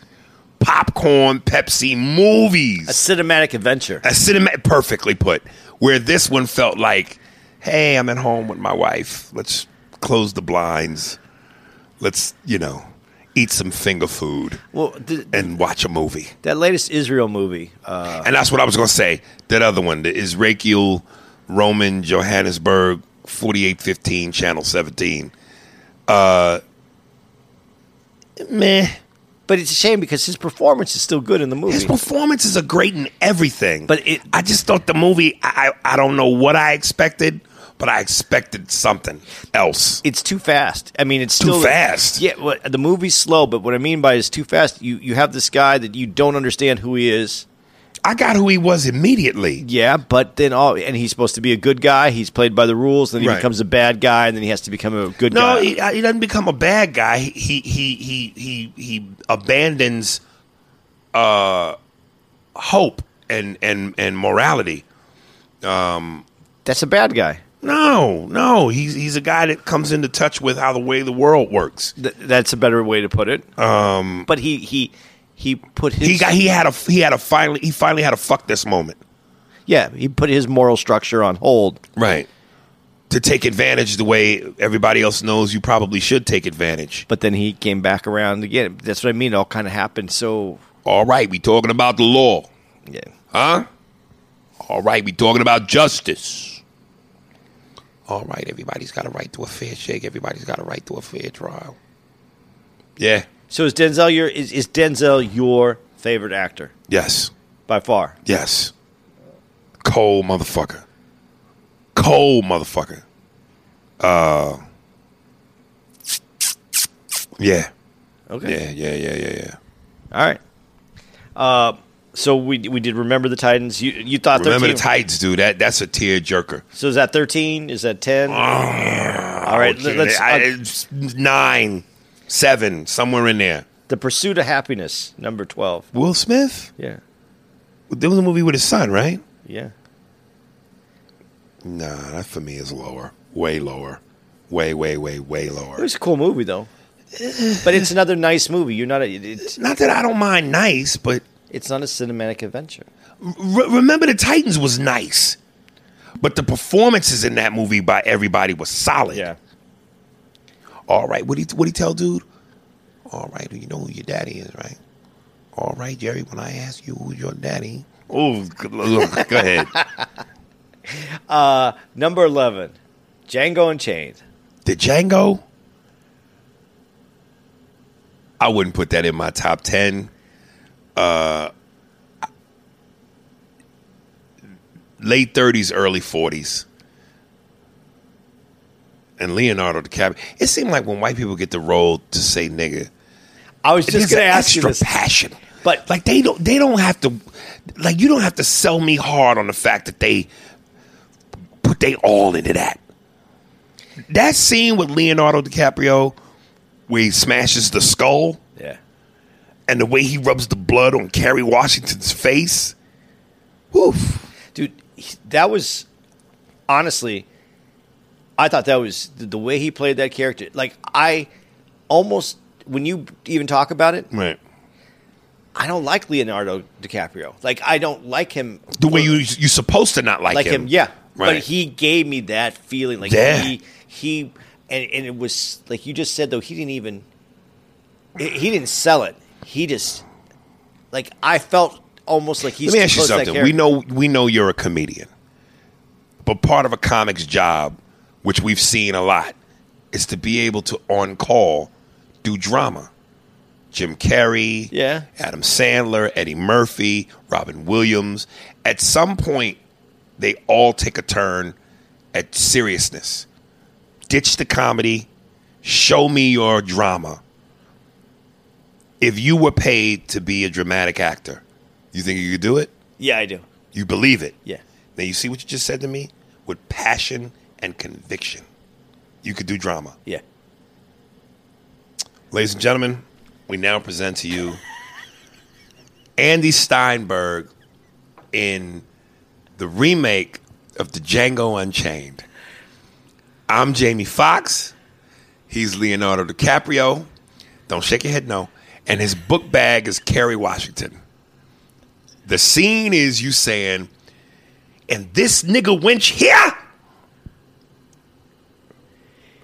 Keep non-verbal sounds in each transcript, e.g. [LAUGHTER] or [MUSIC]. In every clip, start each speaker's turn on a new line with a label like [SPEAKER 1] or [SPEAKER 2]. [SPEAKER 1] popcorn, Pepsi movies
[SPEAKER 2] A cinematic adventure.
[SPEAKER 1] a cinematic perfectly put where this one felt like hey i'm at home with my wife let's close the blinds let's you know eat some finger food
[SPEAKER 2] Well, th-
[SPEAKER 1] and watch a movie
[SPEAKER 2] that latest Israel movie. Uh,
[SPEAKER 1] and that's what i was going to say that other one the israel roman johannesburg 4815 channel 17 uh meh
[SPEAKER 2] but it's a shame because his performance is still good in the movie.
[SPEAKER 1] His performances are great in everything,
[SPEAKER 2] But it-
[SPEAKER 1] I just thought the movie. I, I I don't know what I expected, but I expected something else.
[SPEAKER 2] it's too fast. I mean, it's
[SPEAKER 1] Too
[SPEAKER 2] still
[SPEAKER 1] fast.
[SPEAKER 2] Yeah, well, the movie's slow, but what I mean by is too fast. You you have this guy that you don't understand who he is.
[SPEAKER 1] I got who he was immediately.
[SPEAKER 2] Yeah, but then all and he's supposed to be a good guy. He's played by the rules. Then he
[SPEAKER 1] Right.
[SPEAKER 2] becomes a bad guy, and then he has to become a good
[SPEAKER 1] No,
[SPEAKER 2] guy.
[SPEAKER 1] he, uh, he doesn't become a bad guy. He he he he he, he abandons uh, hope and and and morality.
[SPEAKER 2] That's a bad guy.
[SPEAKER 1] No, no, he's he's a guy that comes into touch with how the way the world works.
[SPEAKER 2] Th- that's a better way to put it. Um, but he he he put his
[SPEAKER 1] He got he had a he had a finally he finally had a fuck this moment.
[SPEAKER 2] yeah he put his moral structure on hold.
[SPEAKER 1] Right. To take advantage the way everybody else knows you probably should take advantage.
[SPEAKER 2] But then he came back around again. That's what I mean. It all kind of happened. So
[SPEAKER 1] All right, we talking about the law,
[SPEAKER 2] yeah,
[SPEAKER 1] huh? All right, we talking about justice. All right, everybody's got a right to a fair shake. Everybody's got a right to a fair trial. Yeah.
[SPEAKER 2] so is Denzel your is, is Denzel your favorite actor
[SPEAKER 1] Yes.
[SPEAKER 2] by far?
[SPEAKER 1] Yes. Cold motherfucker. Cold motherfucker. Uh Yeah.
[SPEAKER 2] Okay,
[SPEAKER 1] Yeah, yeah, yeah, yeah, yeah.
[SPEAKER 2] all right. Uh, so we we did remember the Titans. You you thought
[SPEAKER 1] Remember the
[SPEAKER 2] 13,
[SPEAKER 1] Titans, dude. That that's a tear jerker.
[SPEAKER 2] So is that thirteen? Is that ten? all right,
[SPEAKER 1] Oh, Okay,
[SPEAKER 2] let's.
[SPEAKER 1] I-
[SPEAKER 2] uh,
[SPEAKER 1] it's nine, seven, somewhere in there.
[SPEAKER 2] the Pursuit of Happiness, number twelve.
[SPEAKER 1] Will Smith?
[SPEAKER 2] Yeah,
[SPEAKER 1] There was a movie with his son, right?
[SPEAKER 2] yeah.
[SPEAKER 1] Nah, that for me is lower. Way lower. Way, way, way, way
[SPEAKER 2] It
[SPEAKER 1] lower.
[SPEAKER 2] was a cool movie
[SPEAKER 1] [SIGHS]
[SPEAKER 2] though. but it's another nice movie. You're not. A, it's
[SPEAKER 1] Not that I don't mind nice, but
[SPEAKER 2] it's not a cinematic adventure.
[SPEAKER 1] re- remember the Titans was nice. But the performances in that movie by everybody was solid. All right, what he what he tell dude? All right, you know who your daddy is, right? All right, Jerry. When I ask you who's your daddy, oh, good- look, go ahead.
[SPEAKER 2] Number eleven, Django Unchained.
[SPEAKER 1] The Django. I wouldn't put that in my top ten. Uh, late thirties, early forties, and Leonardo DiCaprio. It seemed like when white people get the role to say nigga,
[SPEAKER 2] I was
[SPEAKER 1] There's
[SPEAKER 2] just going to
[SPEAKER 1] an
[SPEAKER 2] ask you
[SPEAKER 1] extra
[SPEAKER 2] this.
[SPEAKER 1] passion.
[SPEAKER 2] But-
[SPEAKER 1] like they don't they don't have to like you don't have to sell me hard on the fact that they put they all into that. That scene with Leonardo DiCaprio where he smashes the skull
[SPEAKER 2] Yeah.
[SPEAKER 1] and the way he rubs the blood on Kerry Washington's face. Woof.
[SPEAKER 2] dude he- that was honestly i thought that was the, the way he played that character like i almost when you even talk about it
[SPEAKER 1] Right.
[SPEAKER 2] i don't like leonardo dicaprio like i don't like him
[SPEAKER 1] The way you you supposed to not like,
[SPEAKER 2] like him,
[SPEAKER 1] him.
[SPEAKER 2] yeah
[SPEAKER 1] Right.
[SPEAKER 2] but he gave me that feeling like
[SPEAKER 1] Yeah.
[SPEAKER 2] he he and, and it was like you just said though he didn't even he- he didn't sell it he just like i felt almost like he's
[SPEAKER 1] Let me
[SPEAKER 2] too
[SPEAKER 1] ask you
[SPEAKER 2] close to that
[SPEAKER 1] something. We
[SPEAKER 2] character.
[SPEAKER 1] know we know you're a comedian, but part of a comic's job, which we've seen a lot, is to be able to on call do drama. Jim Carrey,
[SPEAKER 2] Yeah.
[SPEAKER 1] Adam Sandler, Eddie Murphy, Robin Williams. At some point, they all take a turn at seriousness. Ditch the comedy. Show me your drama. If you were paid to be a dramatic actor, you think you could do it?
[SPEAKER 2] yeah i do
[SPEAKER 1] You believe it.
[SPEAKER 2] yeah
[SPEAKER 1] Now you see what you just said to me? With passion and conviction. You could do drama.
[SPEAKER 2] yeah
[SPEAKER 1] Ladies and gentlemen, we now present to you Andy Steinberg in the remake of the Django Unchained. I'm Jamie Foxx. He's Leonardo DiCaprio. Don't shake your head, no. And his book bag is Kerry Washington. The scene is you saying, and this nigga winch here?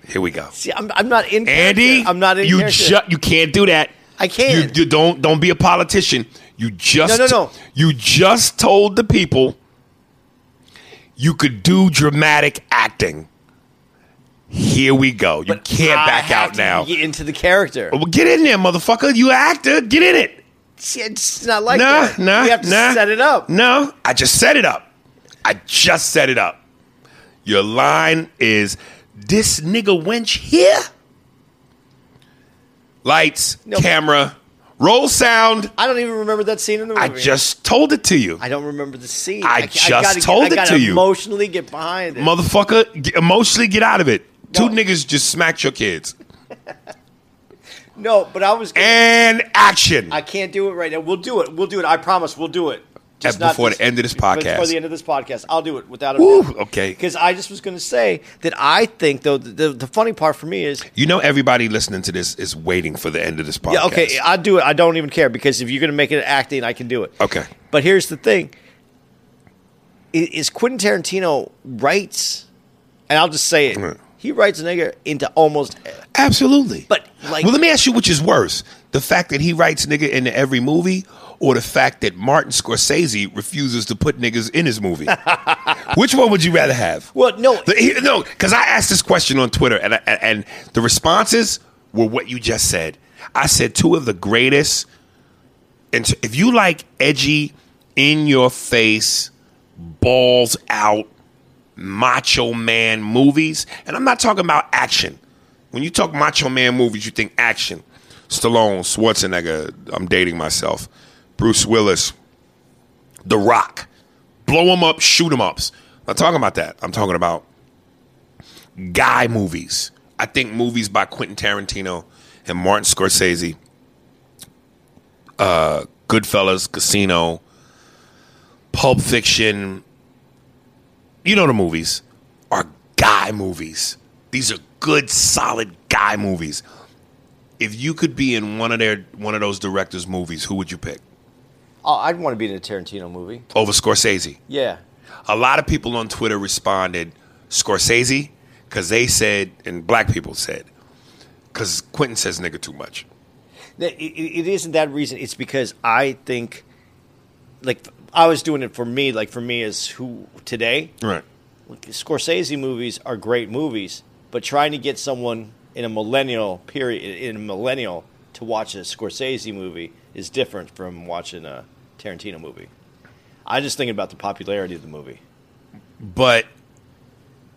[SPEAKER 1] Here we go.
[SPEAKER 2] See, I'm, I'm not in. character.
[SPEAKER 1] Andy,
[SPEAKER 2] I'm not in.
[SPEAKER 1] You
[SPEAKER 2] character.
[SPEAKER 1] ju- you can't do that.
[SPEAKER 2] I can't.
[SPEAKER 1] You, you don't don't be a politician. You just
[SPEAKER 2] No, no, no.
[SPEAKER 1] You just told the people you could do dramatic acting. Here we go. You can't
[SPEAKER 2] I
[SPEAKER 1] back
[SPEAKER 2] have
[SPEAKER 1] out
[SPEAKER 2] to
[SPEAKER 1] now.
[SPEAKER 2] Get into the character.
[SPEAKER 1] Well, get in there, motherfucker. You actor. Get in it.
[SPEAKER 2] See, It's not like
[SPEAKER 1] nah,
[SPEAKER 2] that.
[SPEAKER 1] nah,
[SPEAKER 2] you have to
[SPEAKER 1] nah.
[SPEAKER 2] set it up.
[SPEAKER 1] No, I just set it up. I just set it up. Your line is this nigga wench here. Lights,
[SPEAKER 2] No.
[SPEAKER 1] camera, roll sound.
[SPEAKER 2] I don't even remember that scene in the movie.
[SPEAKER 1] I just told it to you.
[SPEAKER 2] I don't remember the scene.
[SPEAKER 1] I
[SPEAKER 2] ca-
[SPEAKER 1] just
[SPEAKER 2] gotta get-
[SPEAKER 1] told it
[SPEAKER 2] I gotta
[SPEAKER 1] to you.
[SPEAKER 2] Emotionally get behind it.
[SPEAKER 1] Motherfucker, g- emotionally get out of it.
[SPEAKER 2] No.
[SPEAKER 1] Two niggas just smacked your kids.
[SPEAKER 2] no, but I was. Gonna,
[SPEAKER 1] And action.
[SPEAKER 2] I can't do it right now. We'll do it. We'll do it. I promise. We'll do it. Just
[SPEAKER 1] At-
[SPEAKER 2] not
[SPEAKER 1] before
[SPEAKER 2] this-
[SPEAKER 1] the end of this
[SPEAKER 2] Before
[SPEAKER 1] podcast.
[SPEAKER 2] the end of this podcast, I'll do it without a
[SPEAKER 1] Woo,
[SPEAKER 2] doubt.
[SPEAKER 1] okay.
[SPEAKER 2] Because I just was going to say that I think though the, the, the funny part for me is
[SPEAKER 1] You know, everybody listening to this is waiting for the end of this podcast.
[SPEAKER 2] yeah okay I do it I don't even care because if you're going to make it acting I can do it
[SPEAKER 1] Okay.
[SPEAKER 2] But here's the thing: I- is Quentin Tarantino writes, and I'll just say it.
[SPEAKER 1] Right.
[SPEAKER 2] He writes a nigga into almost
[SPEAKER 1] Absolutely.
[SPEAKER 2] But, like-
[SPEAKER 1] well, let me ask you, which is worse: the fact that he writes nigga into every movie, or the fact that Martin Scorsese refuses to put niggas in his
[SPEAKER 2] [LAUGHS]
[SPEAKER 1] movie? which one would you rather have?
[SPEAKER 2] Well, no.
[SPEAKER 1] The- he- no, because I asked this question on Twitter, and I, and the responses were what you just said. I said two of the greatest, and if you like edgy, in your face, balls out macho man movies, and I'm not talking about action. When you talk macho man movies, you think action. Stallone, Schwarzenegger, I'm dating myself. Bruce Willis, The Rock. Blow them up, shoot them ups. I'm not talking about that. I'm talking about guy movies. I think movies by Quentin Tarantino and Martin Scorsese, uh, Goodfellas, Casino, Pulp Fiction, you know the movies are guy movies. These are good, solid guy movies. If you could be in one of their one of those directors' movies, who would you pick
[SPEAKER 2] Oh, I'd want to be in a Tarantino movie.
[SPEAKER 1] over Scorsese?
[SPEAKER 2] Yeah.
[SPEAKER 1] A lot of people on Twitter responded Scorsese because they said, and black people said, because Quentin says nigga too much.
[SPEAKER 2] That- It, it- it isn't that reason. It's because I think, like, I was doing it for me. Like, for me, is who today?
[SPEAKER 1] Right.
[SPEAKER 2] Scorsese movies are great movies, but trying to get someone in a millennial period, in a millennial, to watch a Scorsese movie is different from watching a Tarantino movie. I'm just thinking about the popularity of the movie.
[SPEAKER 1] But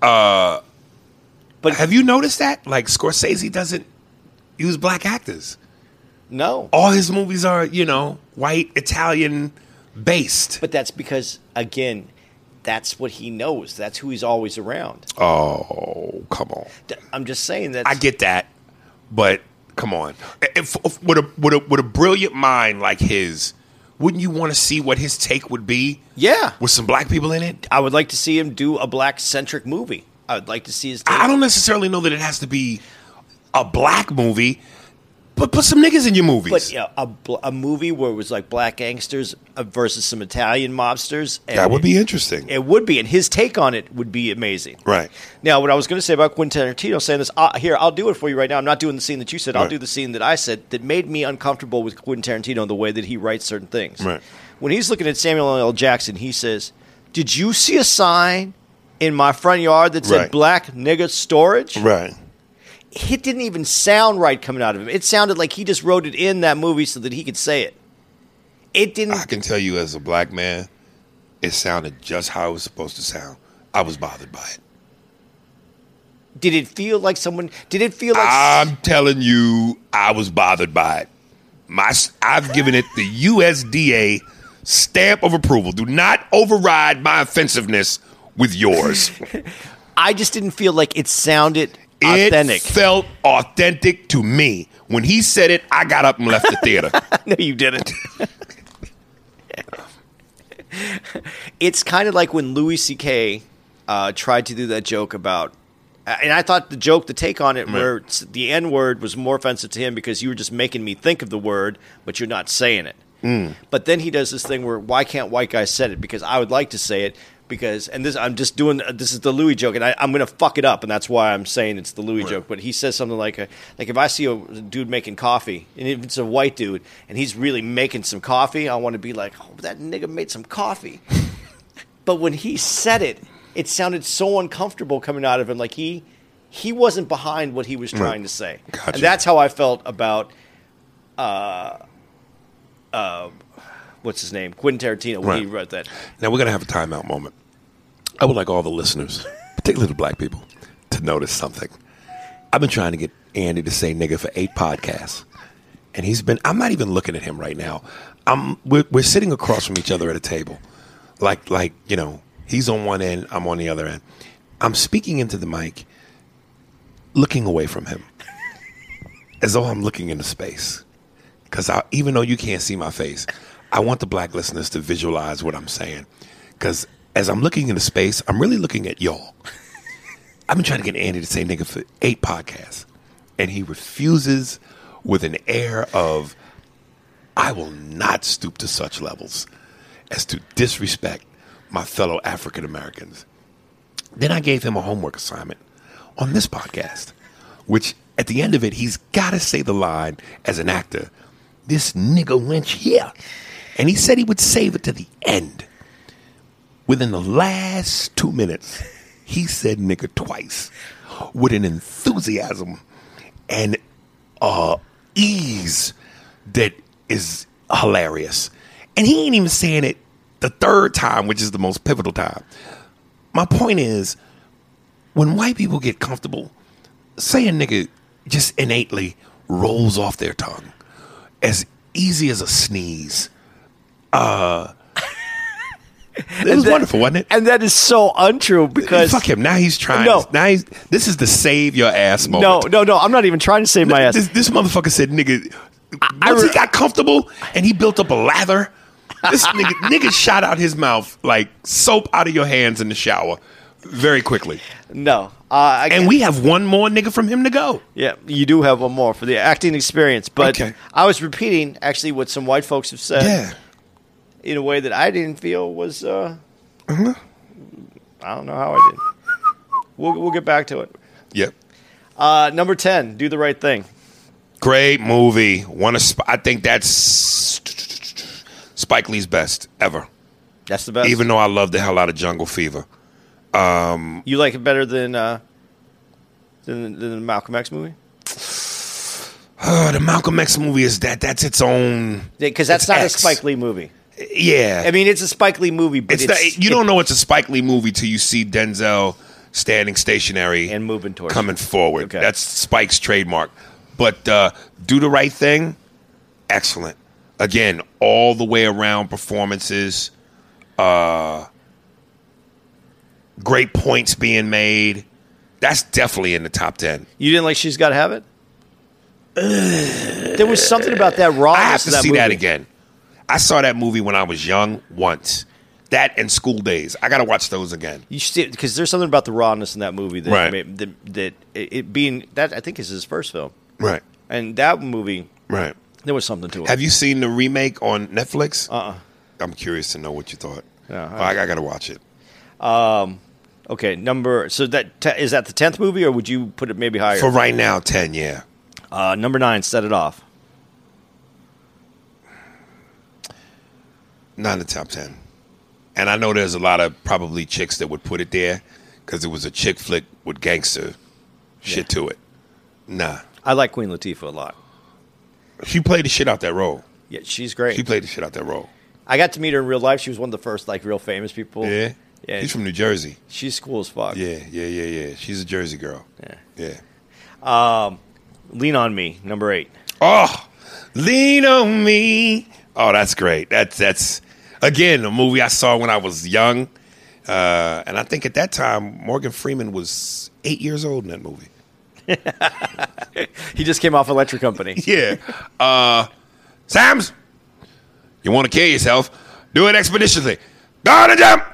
[SPEAKER 1] uh,
[SPEAKER 2] But
[SPEAKER 1] have you noticed that? Like Scorsese doesn't use black actors.
[SPEAKER 2] no,
[SPEAKER 1] All his movies are, you know, white Italian based.
[SPEAKER 2] but that's because again, that's what he knows. That's who he's always around.
[SPEAKER 1] Oh, come on.
[SPEAKER 2] Th- I'm just saying that.
[SPEAKER 1] I get that, but come on. If, if- with a with a with a brilliant mind like his, wouldn't you want to see what his take would be?
[SPEAKER 2] Yeah,
[SPEAKER 1] With some black people in it?
[SPEAKER 2] I would like to see him do a black centric movie. I would like to see his.
[SPEAKER 1] I don't necessarily know that it has to be a black movie, but put some niggas in your movies.
[SPEAKER 2] But yeah, a, bl- a movie where it was like black gangsters uh, versus some Italian mobsters. And
[SPEAKER 1] that would be interesting.
[SPEAKER 2] It would be, and his take on it would be amazing.
[SPEAKER 1] right.
[SPEAKER 2] Now, what I was going to say about Quentin Tarantino saying this, uh, here, I'll do it for you right now. I'm not doing the scene that you said. I'll
[SPEAKER 1] Right.
[SPEAKER 2] do the scene that I said that made me uncomfortable with Quentin Tarantino and the way that he writes certain things.
[SPEAKER 1] Right.
[SPEAKER 2] When he's looking at Samuel L. Jackson, he says, Did you see a sign in my front yard that said
[SPEAKER 1] Right.
[SPEAKER 2] black nigga storage?
[SPEAKER 1] Right.
[SPEAKER 2] it didn't even sound right coming out of him. It sounded like he just wrote it in that movie so that he could say it. It didn't.
[SPEAKER 1] I can tell you as a black man, it sounded just how it was supposed to sound. I was bothered by it.
[SPEAKER 2] Did it feel like someone? Did it feel like?
[SPEAKER 1] I'm telling you, I was bothered by it. My, I've given it the USDA stamp of approval. Do not override my offensiveness with yours.
[SPEAKER 2] I just didn't feel like it sounded
[SPEAKER 1] It
[SPEAKER 2] authentic. [LAUGHS]
[SPEAKER 1] felt authentic to me. When he said it, I got up and left the theater.
[SPEAKER 2] no, you didn't. it's kind of like when Louis C.K. Uh, tried to do that joke about. And I thought the joke, the take on it, where it's- the N word was more offensive to him because you were just making me think of the word, but you're not saying it. But then he does this thing where why can't white guys said it? Because I would like to say it because and this I'm just doing this is the Louis joke and I, I'm gonna fuck it up and that's why I'm saying it's the Louis joke. But he says something like uh like if I see a dude making coffee and if it's a white dude and he's really making some coffee, I want to be like oh that nigga made some coffee. but when he said it, it sounded so uncomfortable coming out of him. Like he he wasn't behind what he was trying to say,
[SPEAKER 1] Gotcha.
[SPEAKER 2] and that's how I felt about. uh, what's his name, Quentin Tarantino, when he
[SPEAKER 1] Right.
[SPEAKER 2] wrote that.
[SPEAKER 1] Now we're gonna have a timeout moment. I would like all the listeners, particularly the black people, to notice something. I've been trying to get Andy to say nigga for eight podcasts. And he's been I'm not even looking at him right now. I'm we're, we're sitting across from each other at a table. Like like, you know, he's on one end, I'm on the other end. I'm speaking into the mic, looking away from him. As though I'm looking into space. Cause I even though you can't see my face, I want the black listeners to visualize what I'm saying. Because as I'm looking into space, I'm really looking at y'all. [LAUGHS] I've been trying to get Andy to say nigga for eight podcasts, and he refuses with an air of, I will not stoop to such levels as to disrespect my fellow African Americans. Then I gave him a homework assignment on this podcast, which at the end of it, he's got to say the line as an actor, this nigga wench here. And he said he would save it to the end. Within the last two minutes, he said nigga twice with an enthusiasm and uh, ease that is hilarious. And he ain't even saying it the third time, which is the most pivotal time. My point is, when white people get comfortable, saying nigga just innately rolls off their tongue as easy as a sneeze. Uh, [LAUGHS] it was
[SPEAKER 2] that-
[SPEAKER 1] wonderful, wasn't it?
[SPEAKER 2] And that is so untrue because
[SPEAKER 1] Fuck him. Now he's trying.
[SPEAKER 2] No.
[SPEAKER 1] Now he's, this is the save your ass moment.
[SPEAKER 2] No, no, no. I'm not even trying to save my ass.
[SPEAKER 1] This, this motherfucker said, nigga, once
[SPEAKER 2] I re-
[SPEAKER 1] he got comfortable and he built up a lather,
[SPEAKER 2] [LAUGHS]
[SPEAKER 1] this nigga, nigga shot out his mouth like soap out of your hands in the shower very quickly.
[SPEAKER 2] No. Uh, I,
[SPEAKER 1] And we have one more nigga from him to go.
[SPEAKER 2] yeah, you do have one more for the acting experience, but
[SPEAKER 1] Okay.
[SPEAKER 2] I was repeating actually what some white folks have said in a way that I didn't feel was. Uh, I don't know how I did. We'll we'll get back to it.
[SPEAKER 1] Yep.
[SPEAKER 2] Uh, number ten, do the right thing.
[SPEAKER 1] Great movie. One of Sp- I think that's Spike Lee's best ever.
[SPEAKER 2] That's the best.
[SPEAKER 1] Even though I love the hell out of Jungle Fever. [SIGHS]
[SPEAKER 2] you like it better than uh, than, than the Malcolm X movie
[SPEAKER 1] Uh, the Malcolm X movie is that that's its own
[SPEAKER 2] because that's
[SPEAKER 1] It's
[SPEAKER 2] not
[SPEAKER 1] X.
[SPEAKER 2] a Spike Lee movie.
[SPEAKER 1] yeah.
[SPEAKER 2] I mean, it's a Spike Lee movie, but
[SPEAKER 1] It's,
[SPEAKER 2] it's,
[SPEAKER 1] not, you don't know it's a Spike Lee movie till you see Denzel standing stationary
[SPEAKER 2] And moving towards
[SPEAKER 1] coming forward.
[SPEAKER 2] Okay.
[SPEAKER 1] That's Spike's trademark. But uh, do the right thing, excellent. Again, all the way around performances, uh, great points being made. That's definitely in the top ten.
[SPEAKER 2] You didn't like She's Got to Have It? there was something about that rawness.
[SPEAKER 1] I have to
[SPEAKER 2] of that
[SPEAKER 1] see that
[SPEAKER 2] movie.
[SPEAKER 1] again. I saw that movie when I was young once. That and School Days. I got to watch those again.
[SPEAKER 2] You because there's something about the rawness in that movie that
[SPEAKER 1] Right.
[SPEAKER 2] ma- that, that it, it being that I think is his first film,
[SPEAKER 1] Right.
[SPEAKER 2] and that movie
[SPEAKER 1] Right.
[SPEAKER 2] there was something to it.
[SPEAKER 1] Have you seen the remake on Netflix?
[SPEAKER 2] Uh-uh.
[SPEAKER 1] I'm curious to know what you thought.
[SPEAKER 2] Yeah, I-
[SPEAKER 1] I, I got to watch it.
[SPEAKER 2] okay, number so that te- is that the tenth movie, or would you put it maybe higher?
[SPEAKER 1] For right now, 10, yeah.
[SPEAKER 2] uh, number nine, set it off.
[SPEAKER 1] Not in the top 10. And I know there's a lot of probably chicks that would put it there because it was a chick flick with gangster shit to it. Nah.
[SPEAKER 2] I like Queen Latifah a lot.
[SPEAKER 1] She played the shit out that role.
[SPEAKER 2] Yeah, she's great.
[SPEAKER 1] She played the shit out that role.
[SPEAKER 2] I got to meet her in real life. She was one of the first like real famous people.
[SPEAKER 1] Yeah.
[SPEAKER 2] yeah.
[SPEAKER 1] He's from New Jersey.
[SPEAKER 2] she's cool as fuck.
[SPEAKER 1] Yeah, yeah, yeah, yeah. She's a Jersey girl.
[SPEAKER 2] Yeah.
[SPEAKER 1] Yeah.
[SPEAKER 2] Lean on me, number eight.
[SPEAKER 1] Oh, lean on me. Oh, that's great. That's that's again a movie I saw when I was young, uh, and I think at that time Morgan Freeman was eight years old in that movie.
[SPEAKER 2] He just came off Electric Company.
[SPEAKER 1] [LAUGHS] Yeah, uh, Sam's, you want to kill yourself? Do it expeditiously. Down and jump.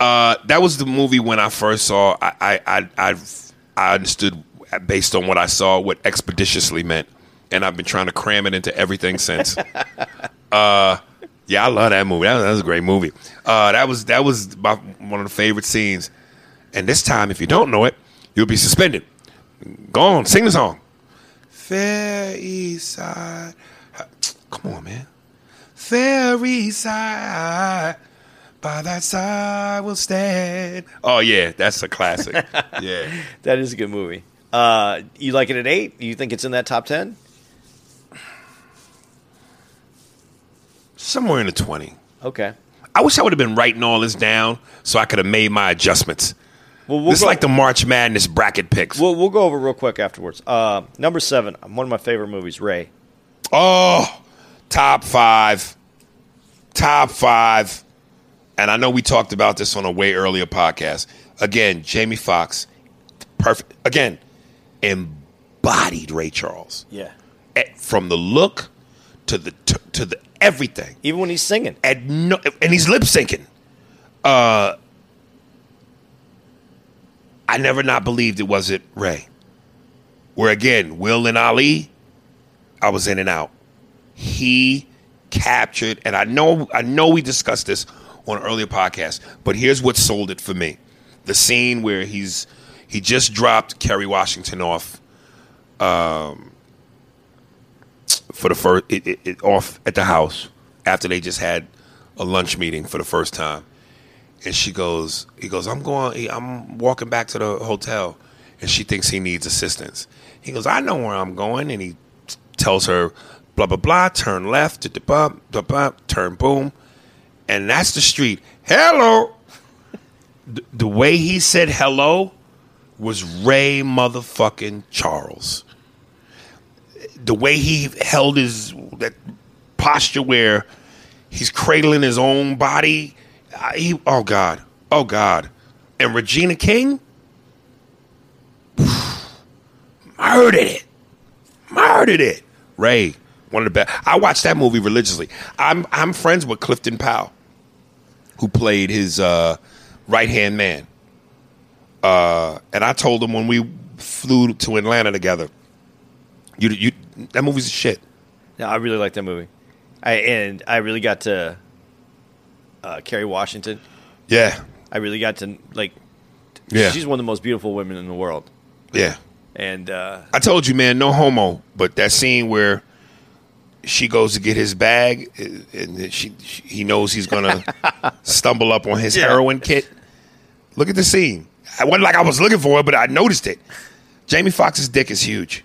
[SPEAKER 1] Uh, that was the movie when I first saw. I I I I've, I understood based on what I saw what expeditiously meant, and I've been trying to cram it into everything since. Uh, Yeah, I love that movie. That was, that was a great movie. Uh, that was that was my, one of the favorite scenes. And this time, if you don't know it, you'll be suspended. Go on, sing the song. Fair East Side. Come on, man. Fair East Side. By that side will stand. Oh yeah, that's a classic.
[SPEAKER 2] [LAUGHS]
[SPEAKER 1] yeah.
[SPEAKER 2] That is a good movie. Uh, you like it at eight? You think it's in that top ten?
[SPEAKER 1] Somewhere in the twenty.
[SPEAKER 2] Okay.
[SPEAKER 1] I wish I would have been writing all this down so I could have made my adjustments.
[SPEAKER 2] Well, we'll
[SPEAKER 1] This is
[SPEAKER 2] go,
[SPEAKER 1] like the March Madness bracket picks.
[SPEAKER 2] we'll, we'll go over real quick afterwards. Uh, number seven, one of my favorite movies, Ray.
[SPEAKER 1] Oh, top five. Top five. And I know we talked about this on a way earlier podcast. Again, Jamie Foxx, perfect. Again, embodied Ray Charles.
[SPEAKER 2] Yeah.
[SPEAKER 1] Eh, From the look to the to the everything.
[SPEAKER 2] Even when he's singing.
[SPEAKER 1] At no, and he's lip syncing. Uh, I never not believed it wasn't Ray. Where again, Will and Ali, I was in and out. He captured, and I know, I know, we discussed this on an earlier podcast, but here's what sold it for me: the scene where he's he just dropped Kerry Washington off for the first it, it, it off at the house after they just had a lunch meeting for the first time and she goes he goes i'm going i'm walking back to the hotel and she thinks he needs assistance he goes i know where i'm going and he t- tells her blah blah blah turn left da, da, bum, da, bum, turn boom and that's the street hello the, the way he said hello was ray motherfucking charles the way he held his that posture where he's cradling his own body. I, he, oh God, oh God, and Regina King [SIGHS] murdered it, murdered it. Ray, one of the best. I watched that movie religiously. I'm I'm friends with Clifton Powell, who played his uh, right hand man. Uh, and I told him when we flew to Atlanta together. You, you, that movie's shit.
[SPEAKER 2] No, I really like that movie. I and I really got to uh, Kerry Washington.
[SPEAKER 1] Yeah,
[SPEAKER 2] I really got to like.
[SPEAKER 1] Yeah.
[SPEAKER 2] she's one of the most beautiful women in the world,
[SPEAKER 1] yeah.
[SPEAKER 2] and uh,
[SPEAKER 1] I told you, man, no homo. But that scene where she goes to get his bag, uh, and she, she he knows he's [LAUGHS] gonna stumble up on his
[SPEAKER 2] Yeah.
[SPEAKER 1] heroin kit. Look at the scene. I wasn't like I was looking for it, but I noticed it. Jamie Foxx's dick is huge.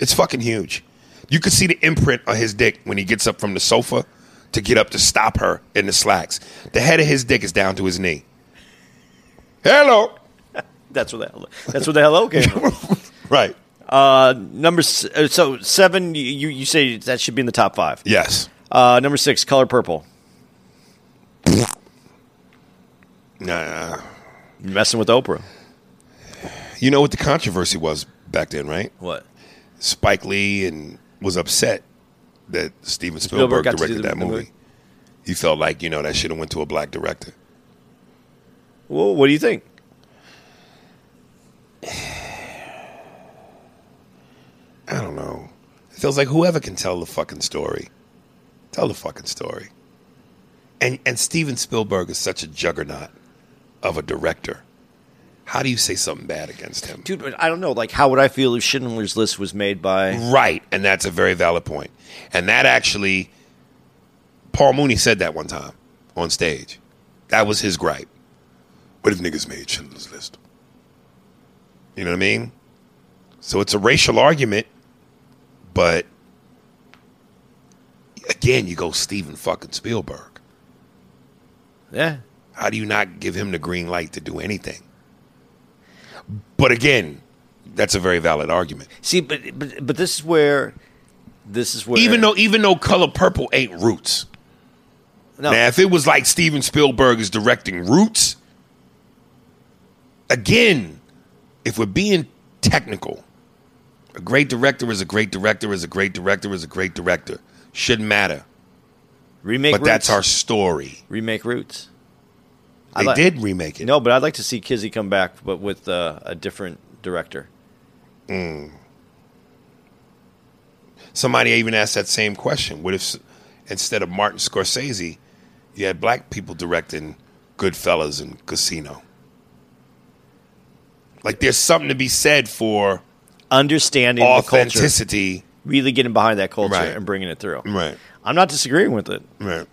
[SPEAKER 1] It's fucking huge. You could see the imprint of his dick when he gets up from the sofa to get up to stop her in the slacks. The head of his dick is down to his knee. Hello.
[SPEAKER 2] that's where the hell, that's where the hello came.
[SPEAKER 1] [LAUGHS]
[SPEAKER 2] from.
[SPEAKER 1] Right.
[SPEAKER 2] Uh, number s- uh, so seven. You you- you say that should be in the top five.
[SPEAKER 1] Yes.
[SPEAKER 2] Uh, number six, color purple.
[SPEAKER 1] Nah.
[SPEAKER 2] Messing with Oprah.
[SPEAKER 1] You know what the controversy was back then, right?
[SPEAKER 2] What?
[SPEAKER 1] Spike Lee and was upset that Steven
[SPEAKER 2] Spielberg
[SPEAKER 1] Spielberg,
[SPEAKER 2] got to do
[SPEAKER 1] directed
[SPEAKER 2] the-
[SPEAKER 1] that
[SPEAKER 2] the
[SPEAKER 1] movie.
[SPEAKER 2] movie.
[SPEAKER 1] He felt like you know that should have went to a black director.
[SPEAKER 2] Well, what do you think?
[SPEAKER 1] I don't know. It feels like whoever can tell the fucking story, tell the fucking story. And and Steven Spielberg is such a juggernaut of a director. How do you say something bad against him?
[SPEAKER 2] Dude, but I don't know. Like, how would I feel if Schindler's List was made by?
[SPEAKER 1] Right, and that's a very valid point. And that actually, Paul Mooney said that one time on stage. That was his gripe. What if niggas made Schindler's List? You know what I mean? So it's a racial argument, but again, you go Steven fucking Spielberg.
[SPEAKER 2] Yeah.
[SPEAKER 1] How do you not give him the green light to do anything? But again, that's a very valid argument.
[SPEAKER 2] See, but but but this is where, this is where
[SPEAKER 1] Even though even though Color Purple ain't Roots.
[SPEAKER 2] no,
[SPEAKER 1] Now, if it was like Steven Spielberg is directing Roots, again, if we're being technical, a great director is a great director is a great director is a great director. Shouldn't matter.
[SPEAKER 2] remake.
[SPEAKER 1] But that's our
[SPEAKER 2] Roots.
[SPEAKER 1] story.
[SPEAKER 2] remake Roots. I
[SPEAKER 1] They
[SPEAKER 2] like-
[SPEAKER 1] did remake it.
[SPEAKER 2] No, but I'd like to see Kizzy come back, but with uh, a different director.
[SPEAKER 1] Somebody even asked that same question. What if s- instead of Martin Scorsese, you had black people directing Goodfellas and Casino? Like, there's something to be said for
[SPEAKER 2] Understanding the culture,
[SPEAKER 1] authenticity.
[SPEAKER 2] really getting behind that culture
[SPEAKER 1] Right.
[SPEAKER 2] and bringing it through.
[SPEAKER 1] Right.
[SPEAKER 2] I'm not disagreeing with it,
[SPEAKER 1] Right.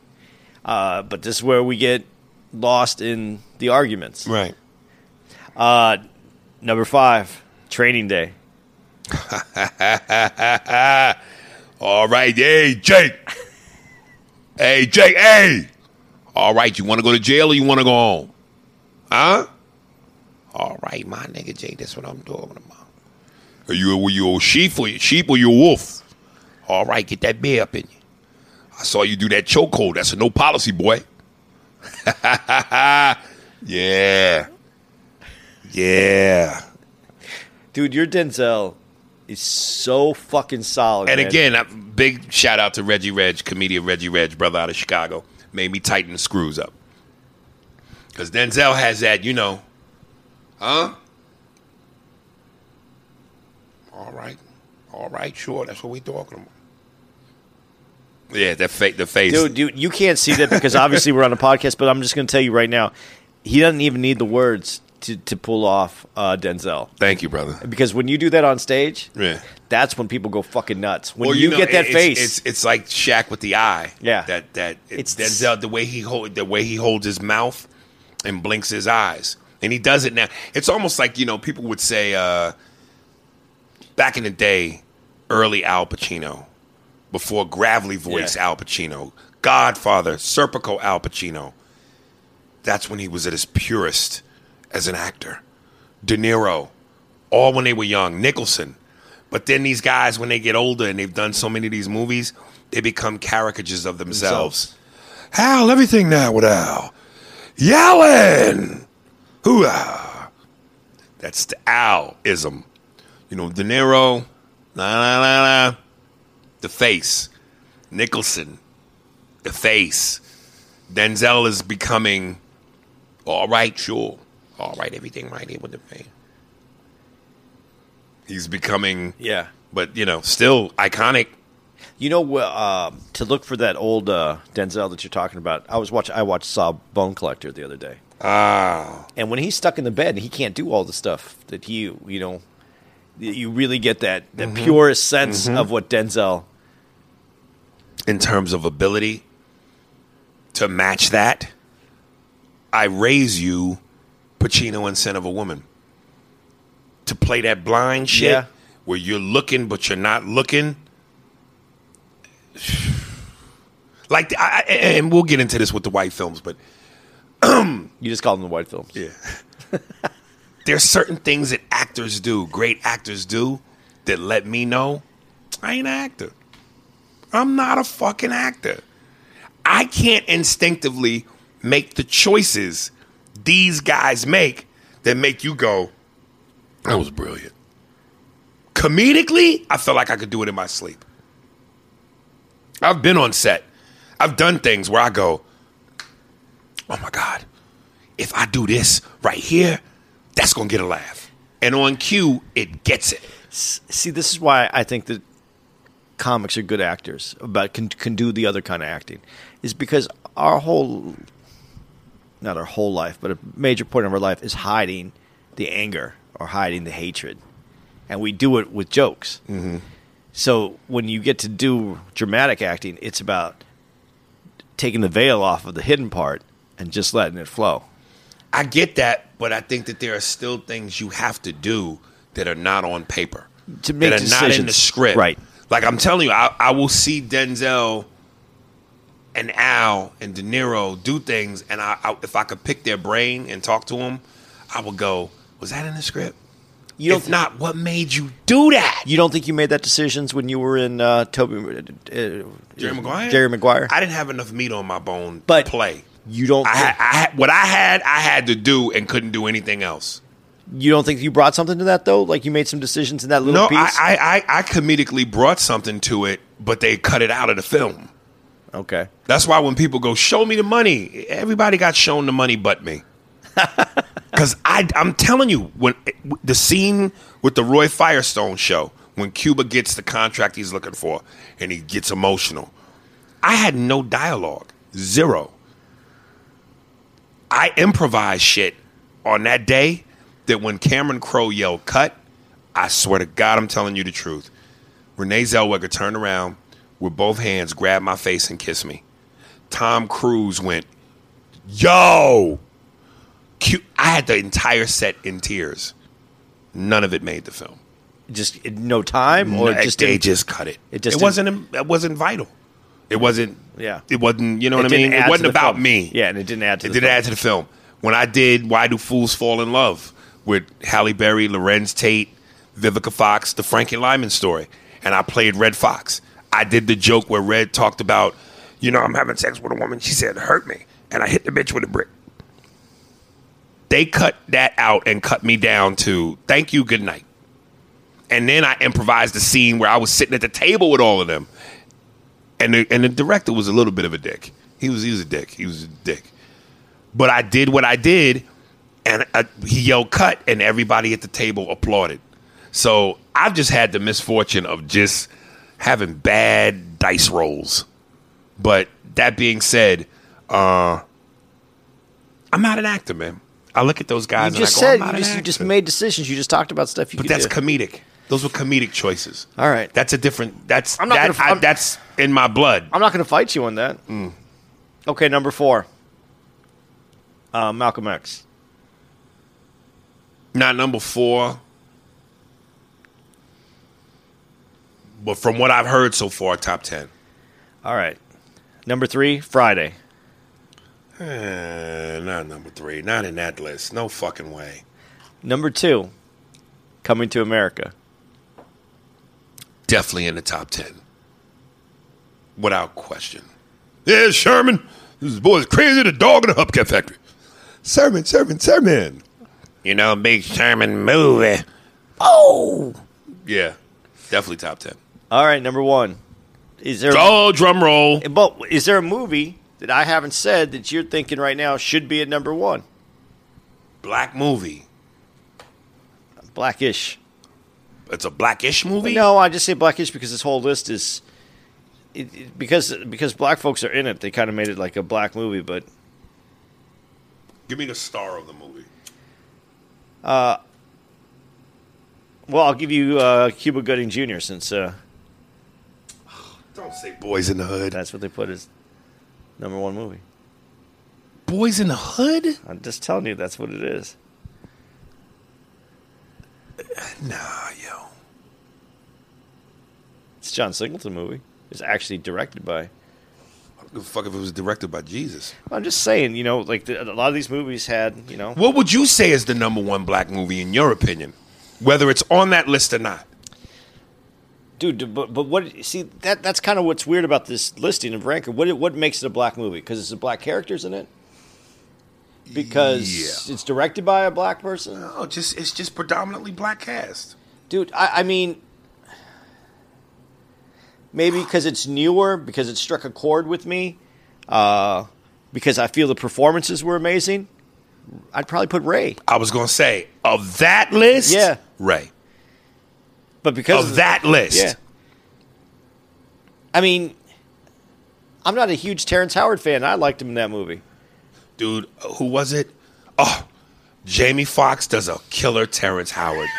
[SPEAKER 2] uh, but this is where we get lost in the arguments.
[SPEAKER 1] Right.
[SPEAKER 2] Uh, number five, Training Day.
[SPEAKER 1] All right, hey Jake. hey Jake, hey. All right, you want to go to jail or you want to go home? Huh? All right, my nigga Jake, that's what I'm talking about. Are you were you a sheep or sheep or you a wolf? All right, get that bear up in you. I saw you do that chokehold. That's a no policy, boy. [LAUGHS] yeah. Yeah.
[SPEAKER 2] Dude, you're Denzel is so fucking solid.
[SPEAKER 1] And
[SPEAKER 2] man.
[SPEAKER 1] again, I, big shout out to Reggie Reg, comedian Reggie Reg, brother out of Chicago, made me tighten the screws up. Because Denzel has that, you know, huh? All right, all right, sure. That's what we talking about. Yeah, that fake, the face.
[SPEAKER 2] dude, you, you can't see that because obviously we're on a podcast. But I'm just going to tell you right now, he doesn't even need the words to to pull off uh, Denzel.
[SPEAKER 1] Thank you, brother.
[SPEAKER 2] Because when you do that on stage,
[SPEAKER 1] Yeah.
[SPEAKER 2] that's when people go fucking nuts. When
[SPEAKER 1] Well,
[SPEAKER 2] you,
[SPEAKER 1] know,
[SPEAKER 2] get that
[SPEAKER 1] it- it's,
[SPEAKER 2] face,
[SPEAKER 1] It's, it's like Shaq with the eye.
[SPEAKER 2] Yeah.
[SPEAKER 1] That that
[SPEAKER 2] It's
[SPEAKER 1] it's
[SPEAKER 2] the s-
[SPEAKER 1] Denzel the way he hold the way he holds his mouth and blinks his eyes. And he does it now. It's almost like, you know, people would say uh back in the day, early Al Pacino, before gravelly voice
[SPEAKER 2] Yeah.
[SPEAKER 1] Al Pacino, Godfather, Serpico Al Pacino. That's when he was at his purest as an actor. De Niro, all when they were young, Nicholson. But then these guys, when they get older and they've done so many of these movies, they become caricatures of themselves. Al, everything now with Al. Yelling! Hooah! That's the Al ism. You know, De Niro, la la la la, the face. Nicholson, the face. Denzel is becoming, all right, sure. All right, everything right here with the face. He's becoming,
[SPEAKER 2] yeah.
[SPEAKER 1] but you know, still iconic.
[SPEAKER 2] You know, well, um to look for that old uh, Denzel that you're talking about. I was watch. I watched Saw Bone Collector the other day,
[SPEAKER 1] Ah,
[SPEAKER 2] and when he's stuck in the bed and he can't do all the stuff that he, you know, y- you really get that the
[SPEAKER 1] Mm-hmm.
[SPEAKER 2] purest sense of what Denzel.
[SPEAKER 1] in terms of ability to match that, I raise you, Pacino and Sin of a Woman, to play that blind shit
[SPEAKER 2] Yeah.
[SPEAKER 1] where you're looking but you're not looking. [SIGHS] Like, the- I, I- and we'll get into this with the white films, but
[SPEAKER 2] You just call them the white films.
[SPEAKER 1] Yeah. [LAUGHS] There's certain things that actors do, great actors do, that let me know I ain't an actor. I'm not a fucking actor. I can't instinctively make the choices these guys make that make you go, that was brilliant. Comedically, I felt like I could do it in my sleep. I've been on set. I've done things where I go, oh my God, if I do this right here, that's gonna get a laugh. And on cue, it gets it.
[SPEAKER 2] See, this is why I think that comics are good actors, but can can do the other kind of acting, is because our whole, not our whole life, but a major point of our life is hiding the anger or hiding the hatred, and we do it with jokes. Mm-hmm. So when you get to do dramatic acting, it's about taking the veil off of the hidden part and just letting it flow.
[SPEAKER 1] I get that, but I think that there are still things you have to do that are not on paper,
[SPEAKER 2] To make
[SPEAKER 1] that are not in the
[SPEAKER 2] decisions.
[SPEAKER 1] script.
[SPEAKER 2] Right.
[SPEAKER 1] Like I'm telling you, I, I will see Denzel and Al and De Niro do things, and I, I if I could pick their brain and talk to them, I would go, "Was that in the script?
[SPEAKER 2] You don't
[SPEAKER 1] if not, what made you do that?"
[SPEAKER 2] You don't think you made that decisions when you were in uh, Toby uh,
[SPEAKER 1] Jerry Maguire.
[SPEAKER 2] Jerry Maguire.
[SPEAKER 1] I didn't have enough meat on my bone
[SPEAKER 2] But-
[SPEAKER 1] to play.
[SPEAKER 2] you don't.
[SPEAKER 1] I, had, I had, what I had, I had to do and couldn't do anything else.
[SPEAKER 2] you don't think you brought something to that though? Like you made some decisions in that little
[SPEAKER 1] No,
[SPEAKER 2] piece.
[SPEAKER 1] I, I, I, I comedically brought something to it, but they cut it out of the film.
[SPEAKER 2] okay.
[SPEAKER 1] That's why when people go, show me the money, everybody got shown the money but me. Because I'm telling you, when the scene with the Roy Firestone show, when Cuba gets the contract he's looking for and he gets emotional, I had no dialogue, zero. I improvised shit on that day that when Cameron Crowe yelled cut, I swear to God, I'm telling you the truth. Renee Zellweger turned around with both hands, grabbed my face, and kissed me. Tom Cruise went, Yo! Q- I had the entire set in tears. None of it made the film.
[SPEAKER 2] Just in no time or
[SPEAKER 1] No,
[SPEAKER 2] just
[SPEAKER 1] they
[SPEAKER 2] didn't-
[SPEAKER 1] just cut it.
[SPEAKER 2] it just
[SPEAKER 1] it wasn't. It wasn't vital. It wasn't.
[SPEAKER 2] Yeah.
[SPEAKER 1] It wasn't. You know what I
[SPEAKER 2] didn't
[SPEAKER 1] mean?
[SPEAKER 2] add
[SPEAKER 1] It
[SPEAKER 2] to
[SPEAKER 1] wasn't
[SPEAKER 2] the
[SPEAKER 1] about
[SPEAKER 2] film.
[SPEAKER 1] me.
[SPEAKER 2] Yeah, and it didn't add to
[SPEAKER 1] It
[SPEAKER 2] the
[SPEAKER 1] did
[SPEAKER 2] film.
[SPEAKER 1] add to the film. When I did Why Do Fools Fall in Love with Halle Berry, Lorenz Tate, Vivica Fox, the Frankie Lyman story, and I played Red Fox. I did the joke where Red talked about, you know, I'm having sex with a woman. She said, hurt me. And I hit the bitch with a brick. They cut that out and cut me down to thank you, good night. and then I improvised a scene where I was sitting at the table with all of them, and the, and the director was a little bit of a dick. He was he was a dick. He was a dick. But I did what I did, and I, he yelled "cut," and everybody at the table applauded. So I've just had the misfortune of just having bad dice rolls. But that being said, uh, I'm not an actor, man. I look at those
[SPEAKER 2] You
[SPEAKER 1] guys.
[SPEAKER 2] just
[SPEAKER 1] and I go,
[SPEAKER 2] said
[SPEAKER 1] oh, I'm
[SPEAKER 2] you
[SPEAKER 1] not
[SPEAKER 2] just,
[SPEAKER 1] an
[SPEAKER 2] you just
[SPEAKER 1] actor."
[SPEAKER 2] made decisions. You just talked about stuff you
[SPEAKER 1] But
[SPEAKER 2] could
[SPEAKER 1] that's
[SPEAKER 2] do.
[SPEAKER 1] comedic. Those were comedic choices.
[SPEAKER 2] All right.
[SPEAKER 1] That's a different. That's
[SPEAKER 2] I'm not
[SPEAKER 1] that,
[SPEAKER 2] gonna-
[SPEAKER 1] I-
[SPEAKER 2] I'm-
[SPEAKER 1] that's in my blood.
[SPEAKER 2] I'm not going to fight you on that.
[SPEAKER 1] Mm.
[SPEAKER 2] Okay, number four. Uh, Malcolm X.
[SPEAKER 1] Not number four. But from what I've heard so far, top ten.
[SPEAKER 2] All right. Number three, Friday.
[SPEAKER 1] Eh, not number three. Not in that list. No fucking way.
[SPEAKER 2] Number two, Coming to America.
[SPEAKER 1] Definitely in the top ten. Without question. Yeah, Sherman. This boy's crazy. The dog in the hubcap factory. Sherman, Sherman, Sherman. You know, big Sherman movie. Oh. Yeah. Definitely top ten.
[SPEAKER 2] All right, number one. Is there
[SPEAKER 1] Oh, drum roll.
[SPEAKER 2] but is there a movie that I haven't said that you're thinking right now should be at number one?
[SPEAKER 1] Black movie.
[SPEAKER 2] Blackish.
[SPEAKER 1] It's a blackish movie.
[SPEAKER 2] No, I just say blackish because this whole list is it, it- because because black folks are in it. They kind of made it like a black movie, but
[SPEAKER 1] Give me the star of the movie.
[SPEAKER 2] well, I'll give you uh, Cuba Gooding Jr. since uh,
[SPEAKER 1] Don't say Boys in the Hood.
[SPEAKER 2] that's what they put as number one movie.
[SPEAKER 1] Boys in the Hood?
[SPEAKER 2] I'm just telling you that's what it is.
[SPEAKER 1] Nah, yo.
[SPEAKER 2] It's a John Singleton movie. It's actually directed by.
[SPEAKER 1] I don't give a fuck if it was directed by Jesus.
[SPEAKER 2] I'm just saying, you know, like the, a lot of these movies had, you know,
[SPEAKER 1] What would you say is the number one black movie in your opinion? Whether it's on that list or not.
[SPEAKER 2] dude. But but what? See that that's kind of what's weird about this listing of Ranker. What what makes it a black movie? Because it's the black characters in it. Because
[SPEAKER 1] Yeah.
[SPEAKER 2] it's directed by a black person,
[SPEAKER 1] No, just it's just predominantly black cast.
[SPEAKER 2] dude. I, I mean, maybe because it's newer, because it struck a chord with me, uh, because I feel the performances were amazing. I'd probably put Ray,
[SPEAKER 1] I was gonna say, of that list,
[SPEAKER 2] Yeah.
[SPEAKER 1] Ray.
[SPEAKER 2] but because
[SPEAKER 1] Of
[SPEAKER 2] the-
[SPEAKER 1] that list.
[SPEAKER 2] Yeah. I mean, I'm not a huge Terrence Howard fan. I liked him in that movie.
[SPEAKER 1] Dude, uh, who was it? Oh, Jamie Foxx does a killer Terrence Howard.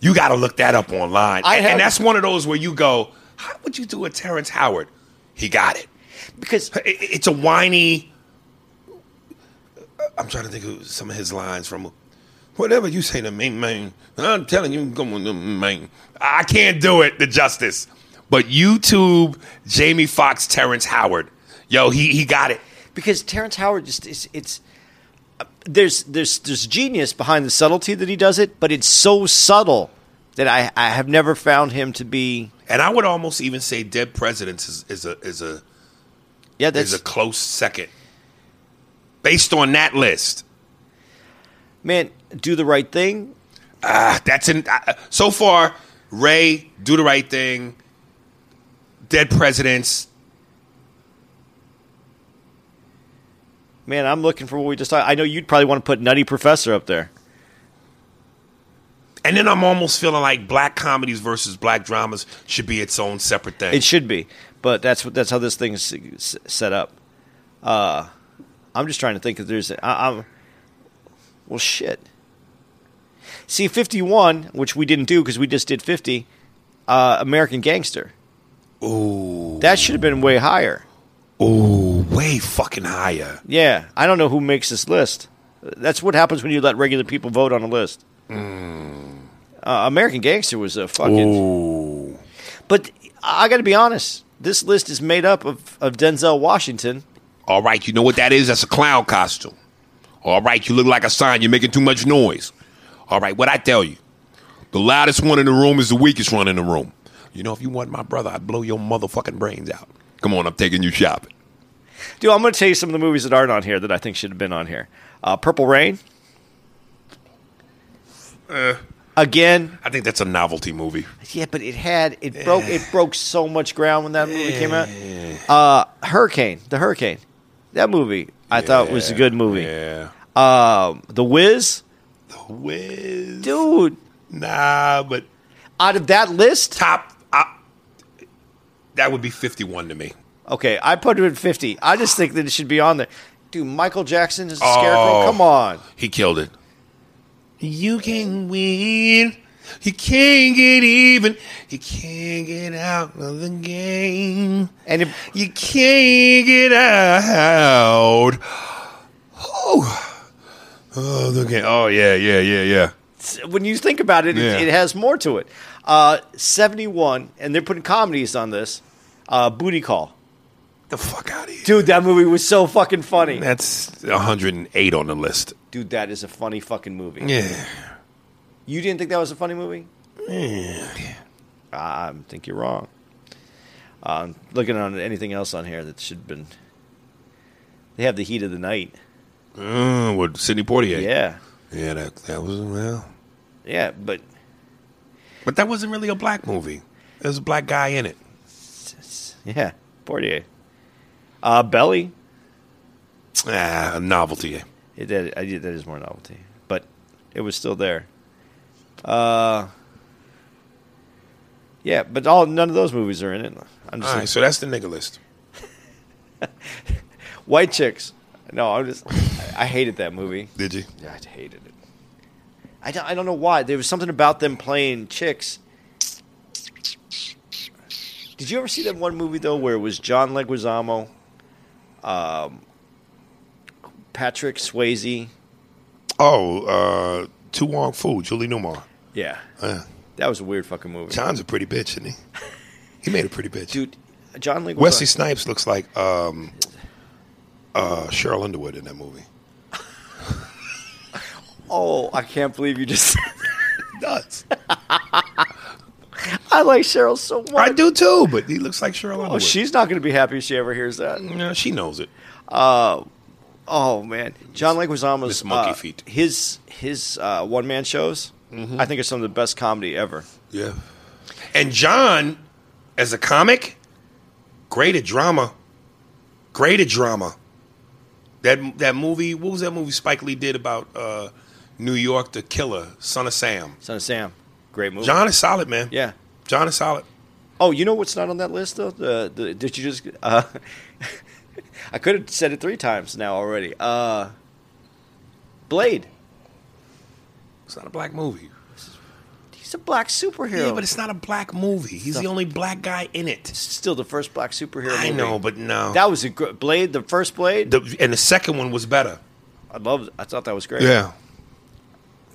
[SPEAKER 1] you gotta look that up online.
[SPEAKER 2] I
[SPEAKER 1] and, and
[SPEAKER 2] have-
[SPEAKER 1] that's one of those where you go, How would you do a Terrence Howard? He got it.
[SPEAKER 2] Because
[SPEAKER 1] It- It's a whiny. uh, I'm trying to think of some of his lines from. Whatever you say to me, man, I'm telling you, come on, man. I can't do it the justice. But YouTube, Jamie Foxx, Terrence Howard, yo, he he got it.
[SPEAKER 2] because Terrence Howard just is it's uh, there's there's there's genius behind the subtlety that he does it, but it's so subtle that I I have never found him to be
[SPEAKER 1] And I would almost even say Dead Presidents is, is a is a
[SPEAKER 2] yeah
[SPEAKER 1] is
[SPEAKER 2] that's
[SPEAKER 1] a close second. Based on that list,
[SPEAKER 2] man do the right thing.
[SPEAKER 1] ah, that's in I, so far. Ray, do the right thing. Dead Presidents.
[SPEAKER 2] Man, I'm looking for what we just talked. I know you'd probably want to put Nutty Professor up there.
[SPEAKER 1] And then I'm almost feeling like black comedies versus black dramas should be its own separate thing.
[SPEAKER 2] It should be, but that's what that's how this thing is s- set up. Uh, I'm just trying to think if there's. I, I'm well, shit. See, 51, which we didn't do because we just did 50. Uh, American Gangster. Ooh, that should have been way higher.
[SPEAKER 1] Ooh, way fucking higher.
[SPEAKER 2] Yeah, I don't know who makes this list. That's what happens when you let regular people vote on a list. Uh, American Gangster was a fucking.
[SPEAKER 1] Ooh.
[SPEAKER 2] But I got to be honest. This list is made up of, of Denzel Washington
[SPEAKER 1] All right, you know what that is? That's a clown costume. All right, you look like a sign. You're making too much noise. All right, what I tell you? The loudest one in the room is the weakest one in the room. You know, if you want my brother, I'd blow your motherfucking brains out. Come on, I'm taking you shopping.
[SPEAKER 2] Dude, I'm going to tell you some of the movies that aren't on here that I think should have been on here. Uh, Purple Rain. again.
[SPEAKER 1] I think that's a novelty movie.
[SPEAKER 2] Yeah, but it had it broke [SIGHS] it broke so much ground when that movie came out. Uh, Hurricane, the Hurricane, that movie I thought was a good movie.
[SPEAKER 1] Yeah.
[SPEAKER 2] Um, the Wiz,
[SPEAKER 1] Wiz.
[SPEAKER 2] dude,
[SPEAKER 1] Nah, but
[SPEAKER 2] out of that list,
[SPEAKER 1] top. I, that would be 51 to me.
[SPEAKER 2] okay, I put it at fifty. I just think that it should be on there. Dude, Michael Jackson is a
[SPEAKER 1] Oh.
[SPEAKER 2] scarecrow. Come on,
[SPEAKER 1] He killed it. You can win. You can't get even. You can't get out of the game.
[SPEAKER 2] and it,
[SPEAKER 1] You can't get out. Oh, oh, the game. oh yeah, yeah, yeah, yeah.
[SPEAKER 2] when you think about it,
[SPEAKER 1] Yeah.
[SPEAKER 2] it, it has more to it. Uh, Seventy-one, and they're putting comedies on this. Uh, Booty Call,
[SPEAKER 1] The fuck out of here.
[SPEAKER 2] dude, that movie was so fucking funny.
[SPEAKER 1] That's 108 on the list.
[SPEAKER 2] Dude, that is a funny fucking movie.
[SPEAKER 1] Yeah.
[SPEAKER 2] You didn't think that was a funny movie? I think you're wrong. Uh, I'm looking on anything else on here that should have been. They have the heat of the night.
[SPEAKER 1] Mm, with Sidney Poitier.
[SPEAKER 2] Yeah,
[SPEAKER 1] Yeah, that, that was, well.
[SPEAKER 2] yeah, but
[SPEAKER 1] But that wasn't really a black movie. There's a black guy in it.
[SPEAKER 2] yeah, Portier, uh, Belly.
[SPEAKER 1] Ah, a novelty.
[SPEAKER 2] It, that, I, that is more novelty, but it was still there. Uh, yeah, but all none of those movies are in it. I'm just
[SPEAKER 1] All right, so that's the nigga list.
[SPEAKER 2] white chicks. No, I'm just. I hated that movie.
[SPEAKER 1] Did you?
[SPEAKER 2] Yeah, I hated it. I don't, I don't know why. There was something about them playing chicks. Did you ever see that one movie though where it was John Leguizamo, um, Patrick Swayze?
[SPEAKER 1] Oh, uh, Tu Wong Fu, Julie Newmar.
[SPEAKER 2] Yeah,
[SPEAKER 1] Yeah.
[SPEAKER 2] that was a weird fucking movie,
[SPEAKER 1] John's a pretty bitch, [LAUGHS] isn't he? He made a pretty bitch.
[SPEAKER 2] dude. John Leguizamo.
[SPEAKER 1] Wesley Snipes looks like um, uh, Cheryl Underwood in that movie.
[SPEAKER 2] Oh, I can't believe you just.
[SPEAKER 1] Does
[SPEAKER 2] [LAUGHS] I like Cheryl so much.
[SPEAKER 1] I do too, but he looks like Cheryl Underwood.
[SPEAKER 2] Oh, she's not going to be happy if she ever hears that.
[SPEAKER 1] Yeah, she knows it.
[SPEAKER 2] Oh man, John Leguizamo's
[SPEAKER 1] Miss Monkey
[SPEAKER 2] uh,
[SPEAKER 1] Feet. Mm-hmm.
[SPEAKER 2] His his uh, one man shows, I think, are some of the best comedy ever.
[SPEAKER 1] Yeah. And John, as a comic, great at drama. Great at drama. That that movie, what was that movie Spike Lee did about uh, New York, the killer, Son of Sam?
[SPEAKER 2] Son of Sam, great movie.
[SPEAKER 1] John is solid, man.
[SPEAKER 2] yeah.
[SPEAKER 1] John is solid.
[SPEAKER 2] Oh, you know what's not on that list though? The, the did you just? Uh, [LAUGHS] I could have said it three times now already. Uh, Blade.
[SPEAKER 1] It's not a black movie.
[SPEAKER 2] He's a black superhero.
[SPEAKER 1] Yeah, but it's not a black movie. He's the only black guy in it.
[SPEAKER 2] still the first black superhero.
[SPEAKER 1] I
[SPEAKER 2] movie.
[SPEAKER 1] know, but no.
[SPEAKER 2] that was a gr- Blade. The first Blade.
[SPEAKER 1] The, and the second one was better.
[SPEAKER 2] I love. I thought that was great.
[SPEAKER 1] Yeah.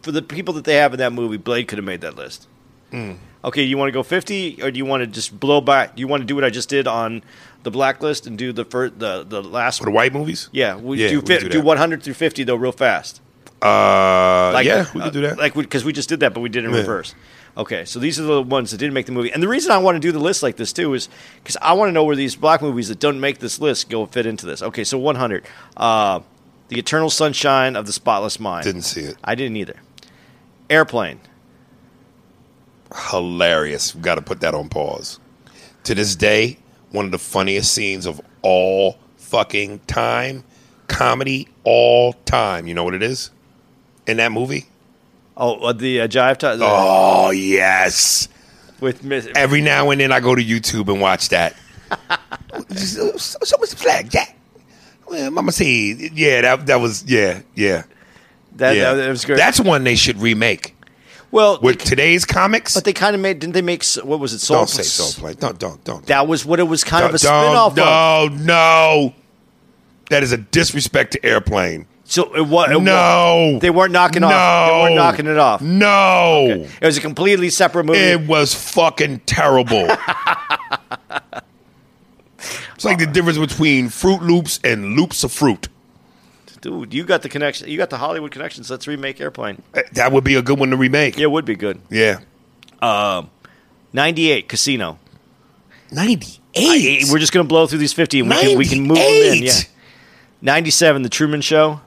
[SPEAKER 2] for the people that they have in that movie, Blade could have made that list.
[SPEAKER 1] Hmm.
[SPEAKER 2] Okay, you want to go fifty, or do you want to just blow by? Do you want to do what I just did on the blacklist and do the first, the the last?
[SPEAKER 1] For the white movies?
[SPEAKER 2] yeah, we
[SPEAKER 1] Yeah,
[SPEAKER 2] do
[SPEAKER 1] we
[SPEAKER 2] fi-
[SPEAKER 1] can do
[SPEAKER 2] do,
[SPEAKER 1] that.
[SPEAKER 2] one hundred through fifty though, real fast.
[SPEAKER 1] Uh, yeah, we
[SPEAKER 2] uh,
[SPEAKER 1] could do that.
[SPEAKER 2] Like because we, just did that, but we did it in
[SPEAKER 1] Yeah.
[SPEAKER 2] reverse. Okay, so these are the ones that didn't make the movie, and the reason I want to do the list like this too is because I want to know where these black movies that don't make this list go fit into this. Okay, so one hundred, uh, the Eternal Sunshine of the Spotless Mind.
[SPEAKER 1] Didn't see it.
[SPEAKER 2] I didn't either. Airplane.
[SPEAKER 1] hilarious. We've got to put that on pause. To this day, one of the funniest scenes of all fucking time, comedy all time. You know what it is? In that movie?
[SPEAKER 2] Oh, uh, the uh, jive tie uh,
[SPEAKER 1] Oh, yes.
[SPEAKER 2] with Miss.
[SPEAKER 1] Every now and then I go to YouTube and watch that. so, so much flag, Jack. Well, Mama see, yeah, that, that was, yeah, yeah.
[SPEAKER 2] That,
[SPEAKER 1] yeah.
[SPEAKER 2] that, that was great.
[SPEAKER 1] That's one they should remake.
[SPEAKER 2] well,
[SPEAKER 1] With
[SPEAKER 2] they-
[SPEAKER 1] today's comics,
[SPEAKER 2] but they kind of made. Didn't they make? s- What was it? Soul.
[SPEAKER 1] don't say so. Like, don't, don't, don't.
[SPEAKER 2] That was what it was kind of a
[SPEAKER 1] Don't-
[SPEAKER 2] spin-off of.
[SPEAKER 1] No, no. That is a disrespect to airplane.
[SPEAKER 2] So it was.
[SPEAKER 1] No.
[SPEAKER 2] They weren't knocking
[SPEAKER 1] no.
[SPEAKER 2] off. They weren't knocking it off.
[SPEAKER 1] No.
[SPEAKER 2] It was a completely separate movie.
[SPEAKER 1] It was fucking
[SPEAKER 2] [LAUGHS]
[SPEAKER 1] terrible. it's like the difference between Fruit Loops and Loops of Fruit.
[SPEAKER 2] Dude, you got the connection. You got the Hollywood connections. Let's remake Airplane.
[SPEAKER 1] Eh, That would be a good one to remake.
[SPEAKER 2] Yeah, it would be good.
[SPEAKER 1] Yeah.
[SPEAKER 2] Ninety-eight Casino. eh,
[SPEAKER 1] 98.
[SPEAKER 2] We're just gonna blow through these fifty, and we can, we can move them in.
[SPEAKER 1] 98.
[SPEAKER 2] Yeah. Ninety-seven The Truman Show.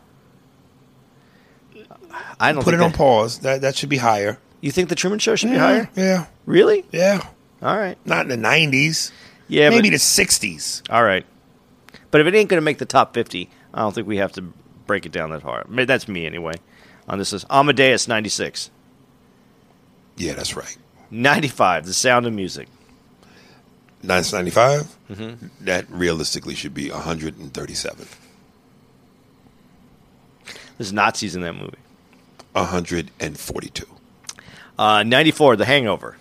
[SPEAKER 2] I don't
[SPEAKER 1] Put it
[SPEAKER 2] think
[SPEAKER 1] on
[SPEAKER 2] that-
[SPEAKER 1] pause. That, that should be higher.
[SPEAKER 2] You think the Truman Show should be higher?
[SPEAKER 1] Yeah,
[SPEAKER 2] Really?
[SPEAKER 1] yeah.
[SPEAKER 2] All right.
[SPEAKER 1] Not in the nineties.
[SPEAKER 2] Yeah,
[SPEAKER 1] maybe
[SPEAKER 2] but-
[SPEAKER 1] the sixties.
[SPEAKER 2] All right. But if it ain't going to make the top 50, I don't think we have to break it down that hard. I mean, That's me anyway. On this list, Amadeus 96,
[SPEAKER 1] Yeah, that's right.
[SPEAKER 2] 95, The Sound of Music,
[SPEAKER 1] Nineteen ninety-five. That realistically should be one hundred and thirty-seven.
[SPEAKER 2] There's Nazis in that movie.
[SPEAKER 1] One hundred and forty-two.
[SPEAKER 2] Uh, 94, The Hangover,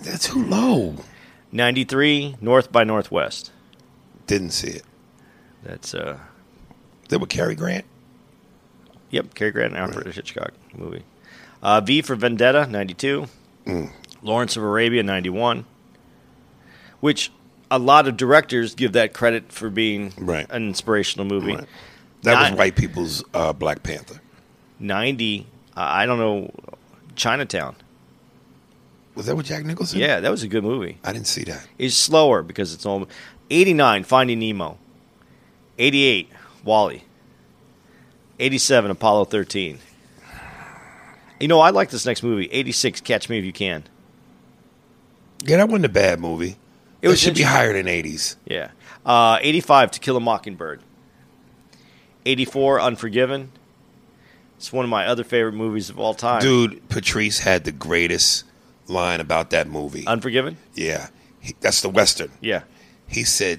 [SPEAKER 1] That's too low.
[SPEAKER 2] 93, North by Northwest.
[SPEAKER 1] Didn't see it.
[SPEAKER 2] That's uh,
[SPEAKER 1] That with Cary Grant.
[SPEAKER 2] yep, Cary Grant and Alfred Hitchcock movie. Uh, v for Vendetta, 92.
[SPEAKER 1] Mm.
[SPEAKER 2] Lawrence of Arabia, 91. Which a lot of directors give that credit for being
[SPEAKER 1] Right.
[SPEAKER 2] an inspirational movie.
[SPEAKER 1] Right. That
[SPEAKER 2] Not-
[SPEAKER 1] was white people's uh, Black Panther.
[SPEAKER 2] 90 uh, i don't know chinatown
[SPEAKER 1] Was that with Jack Nicholson?
[SPEAKER 2] yeah that was a good movie
[SPEAKER 1] I didn't see that.
[SPEAKER 2] it's slower because it's all 89 finding nemo 88 wally 87 apollo 13 you know i like this next movie 86 catch me if you can
[SPEAKER 1] Yeah, that wasn't a bad movie.
[SPEAKER 2] It
[SPEAKER 1] It,
[SPEAKER 2] was
[SPEAKER 1] should be
[SPEAKER 2] interesting.
[SPEAKER 1] higher than eighties.
[SPEAKER 2] yeah uh, 85 to kill a mockingbird 84 unforgiven it's one of my other favorite movies of all time
[SPEAKER 1] Dude, Patrice had the greatest line about that movie.
[SPEAKER 2] unforgiven
[SPEAKER 1] yeah, He- that's the western.
[SPEAKER 2] yeah
[SPEAKER 1] He said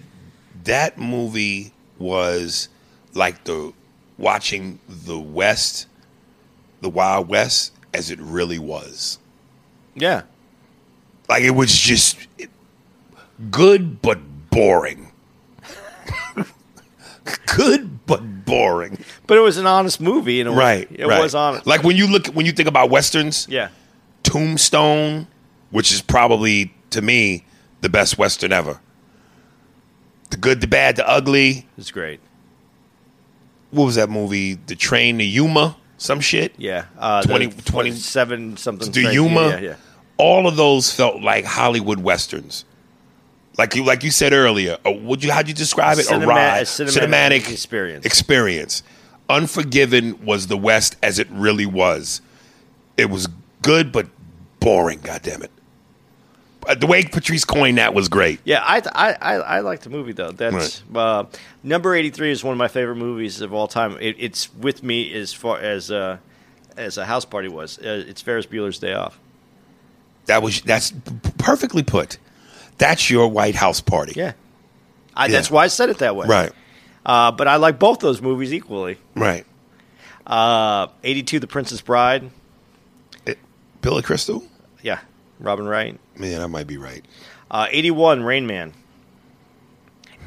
[SPEAKER 1] that movie was like the watching the West, the Wild West, as it really was.
[SPEAKER 2] yeah
[SPEAKER 1] Like it was just good but boring. [LAUGHS] good but boring.
[SPEAKER 2] but it was an honest movie in a way.
[SPEAKER 1] Right.
[SPEAKER 2] it
[SPEAKER 1] right.
[SPEAKER 2] was honest
[SPEAKER 1] Like when you look when you think about westerns,
[SPEAKER 2] Yeah.
[SPEAKER 1] Tombstone, which is probably to me the best western ever. The good, the bad, the ugly.
[SPEAKER 2] It's great.
[SPEAKER 1] What was that movie? The Train to Yuma, some shit.
[SPEAKER 2] Yeah. Uh,
[SPEAKER 1] 20
[SPEAKER 2] the
[SPEAKER 1] 27
[SPEAKER 2] something.
[SPEAKER 1] The
[SPEAKER 2] thing.
[SPEAKER 1] Yuma.
[SPEAKER 2] Yeah, yeah.
[SPEAKER 1] All of those felt like Hollywood westerns. Like you, like you said earlier, a, would you? How'd you describe it?
[SPEAKER 2] Cinema-
[SPEAKER 1] a ride,
[SPEAKER 2] a cinematic experience.
[SPEAKER 1] Experience. Unforgiven was the West as it really was. It was good but boring. goddammit. it! The way Patrice coined that was great.
[SPEAKER 2] Yeah, I, I, I, I like the movie, though. That's uh, number 83 is one of my favorite movies of all time. It, it's with me as far as uh, as a house party was. Uh, it's Ferris Bueller's Day Off.
[SPEAKER 1] That was that's p- perfectly put. That's your White House party.
[SPEAKER 2] Yeah. I,
[SPEAKER 1] Yeah.
[SPEAKER 2] That's why I said it that way.
[SPEAKER 1] Right.
[SPEAKER 2] Uh, but I like both those movies equally.
[SPEAKER 1] Right.
[SPEAKER 2] Uh, 82, The Princess Bride.
[SPEAKER 1] It, Billy Crystal.
[SPEAKER 2] Yeah. Robin Wright.
[SPEAKER 1] Man, I might be right.
[SPEAKER 2] Uh, 81, Rain Man.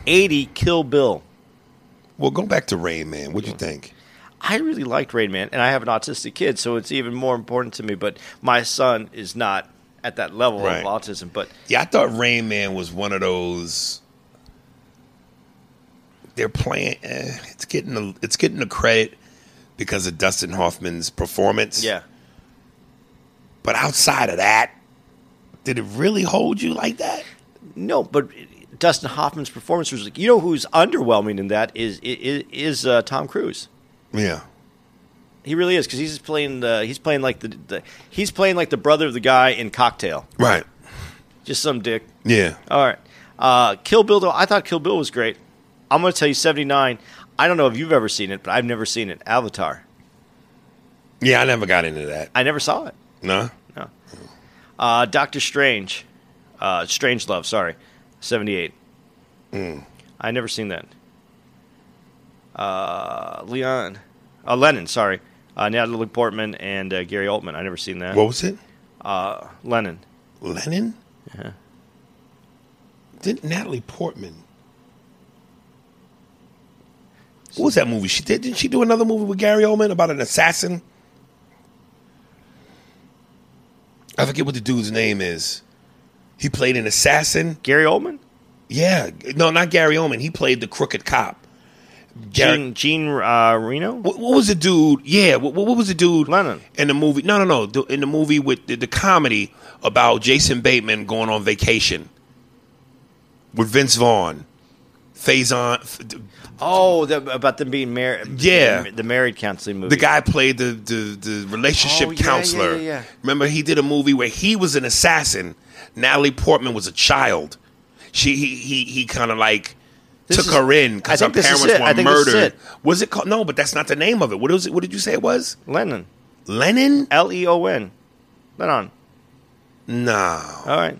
[SPEAKER 2] 80, Kill Bill.
[SPEAKER 1] Well, go back to Rain Man. What'd you think?
[SPEAKER 2] I really liked Rain Man, and I have an autistic kid, so it's even more important to me. But my son is not at that level of
[SPEAKER 1] Right.
[SPEAKER 2] autism. But
[SPEAKER 1] Yeah, I thought Rain Man was one of those. They're playing. Eh, it's getting the it's getting the credit because of Dustin Hoffman's performance.
[SPEAKER 2] yeah,
[SPEAKER 1] but outside of that, did it really hold you like that?
[SPEAKER 2] no, but Dustin Hoffman's performance was like you know who's underwhelming in that is is, is uh, Tom Cruise.
[SPEAKER 1] Yeah,
[SPEAKER 2] He really is because he's just playing the he's playing like the, the he's playing like the brother of the guy in Cocktail,
[SPEAKER 1] right.
[SPEAKER 2] just some dick.
[SPEAKER 1] Yeah,
[SPEAKER 2] All right, uh, Kill Bill. Though I thought Kill Bill was great. I'm going to tell you 79. I don't know if you've ever seen it, but I've never seen it. Avatar.
[SPEAKER 1] yeah. I never got into that.
[SPEAKER 2] I never saw it.
[SPEAKER 1] No,
[SPEAKER 2] No. Uh, Doctor Strange, uh, Strange Love. Sorry, seventy-eight.
[SPEAKER 1] Hmm.
[SPEAKER 2] I never seen that. Uh, Leon, uh, Lennon. Sorry, uh, Natalie Portman and uh, Gary Oldman. I never seen that.
[SPEAKER 1] what was it?
[SPEAKER 2] Uh, Lennon.
[SPEAKER 1] Lennon. Didn't Natalie Portman? What was that movie she did? Didn't she do another movie with Gary Oldman about an assassin? I forget what the dude's name is. He played an assassin.
[SPEAKER 2] Gary Oldman.
[SPEAKER 1] Yeah, no, not Gary Oldman. He played the crooked cop. Gary,
[SPEAKER 2] Gene, Gene uh, Reno.
[SPEAKER 1] what, what was the dude? Yeah, what, what was the dude?
[SPEAKER 2] Lennon.
[SPEAKER 1] in the movie. No, no, no. the- In the movie with the, the comedy about Jason Bateman going on vacation with Vince Vaughn, Faison.
[SPEAKER 2] Oh, the, about them being married.
[SPEAKER 1] Yeah.
[SPEAKER 2] the, married counseling movie.
[SPEAKER 1] The guy played the the, the relationship
[SPEAKER 2] Oh, yeah, yeah,
[SPEAKER 1] counselor.
[SPEAKER 2] yeah, yeah.
[SPEAKER 1] Remember, he did a movie where he was an assassin. Natalie Portman was a child. She he he, he kind of like
[SPEAKER 2] This
[SPEAKER 1] took
[SPEAKER 2] is-
[SPEAKER 1] her in
[SPEAKER 2] I
[SPEAKER 1] because her
[SPEAKER 2] think this is
[SPEAKER 1] parents
[SPEAKER 2] it. I
[SPEAKER 1] were
[SPEAKER 2] think this is
[SPEAKER 1] murdered.
[SPEAKER 2] it.
[SPEAKER 1] Was it called? No, but that's not the name of it. What was it? What did you say it was?
[SPEAKER 2] Lennon.
[SPEAKER 1] Lenin?
[SPEAKER 2] L E O N. Lennon.
[SPEAKER 1] No.
[SPEAKER 2] All right.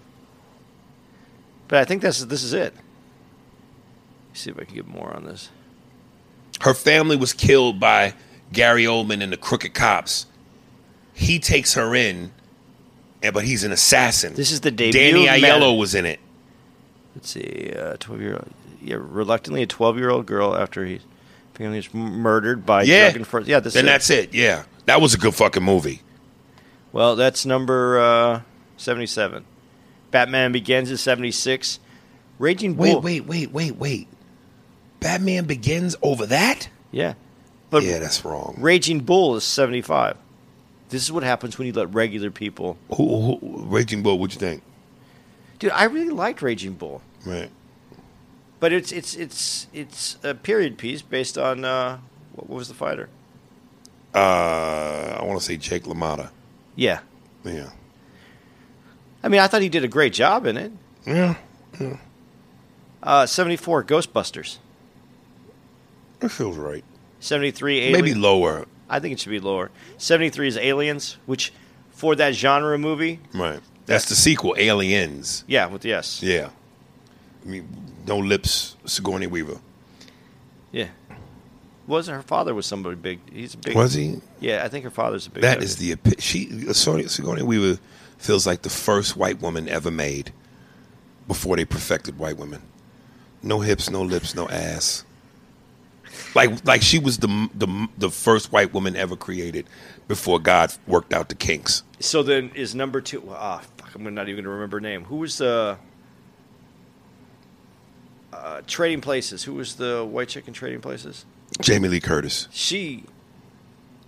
[SPEAKER 2] But I think this is this is it. Let's see if I can get more on this.
[SPEAKER 1] Her family was killed by Gary Oldman and the crooked cops. He takes her in, and but he's an assassin.
[SPEAKER 2] This is the debut.
[SPEAKER 1] Danny
[SPEAKER 2] of
[SPEAKER 1] Aiello
[SPEAKER 2] Matt-
[SPEAKER 1] was in it.
[SPEAKER 2] Let's see, uh, twelve year old. Yeah, reluctantly a twelve year old girl after he apparently was murdered by
[SPEAKER 1] Yeah.
[SPEAKER 2] drug enforcement. Yeah, this
[SPEAKER 1] Then
[SPEAKER 2] is it.
[SPEAKER 1] that's it. Yeah, that was a good fucking movie.
[SPEAKER 2] Well, that's number uh, 77. Batman Begins is 76. Raging
[SPEAKER 1] Wait,
[SPEAKER 2] Bull.
[SPEAKER 1] wait, wait, wait, wait. Batman Begins over that?
[SPEAKER 2] Yeah. But
[SPEAKER 1] yeah, that's wrong.
[SPEAKER 2] Raging Bull is 75. This is what happens when you let regular people.
[SPEAKER 1] Who, who, Raging Bull, what you think?
[SPEAKER 2] Dude, I really liked Raging Bull.
[SPEAKER 1] Right.
[SPEAKER 2] But it's it's it's it's a period piece based on uh, what was the fighter?
[SPEAKER 1] Uh, I want to say Jake LaMotta.
[SPEAKER 2] Yeah.
[SPEAKER 1] Yeah.
[SPEAKER 2] I mean, I thought he did a great job in it.
[SPEAKER 1] Yeah.
[SPEAKER 2] Uh, 74 Ghostbusters.
[SPEAKER 1] That feels right.
[SPEAKER 2] 73 Alien.
[SPEAKER 1] Maybe lower.
[SPEAKER 2] I think it should be lower. 73 is Aliens, which for that genre movie,
[SPEAKER 1] Right. That's the sequel, Aliens.
[SPEAKER 2] yeah, with the S.
[SPEAKER 1] Yeah. I mean, no lips, Sigourney Weaver.
[SPEAKER 2] Yeah. Wasn't her father was somebody big? He's a big.
[SPEAKER 1] Was he?
[SPEAKER 2] Yeah, I think her father's a big.
[SPEAKER 1] That
[SPEAKER 2] guy.
[SPEAKER 1] is the epi- she Sonia Sigourney Weaver feels like the first white woman ever made before they perfected white women. No hips, no lips, no ass. Like like she was the the the first white woman ever created before God worked out the kinks.
[SPEAKER 2] So then is number two. well, Ah, fuck! I'm not even going to remember her name. Who was the uh, Trading Places? Who was the white chick in Trading Places?
[SPEAKER 1] Jamie Lee Curtis,
[SPEAKER 2] She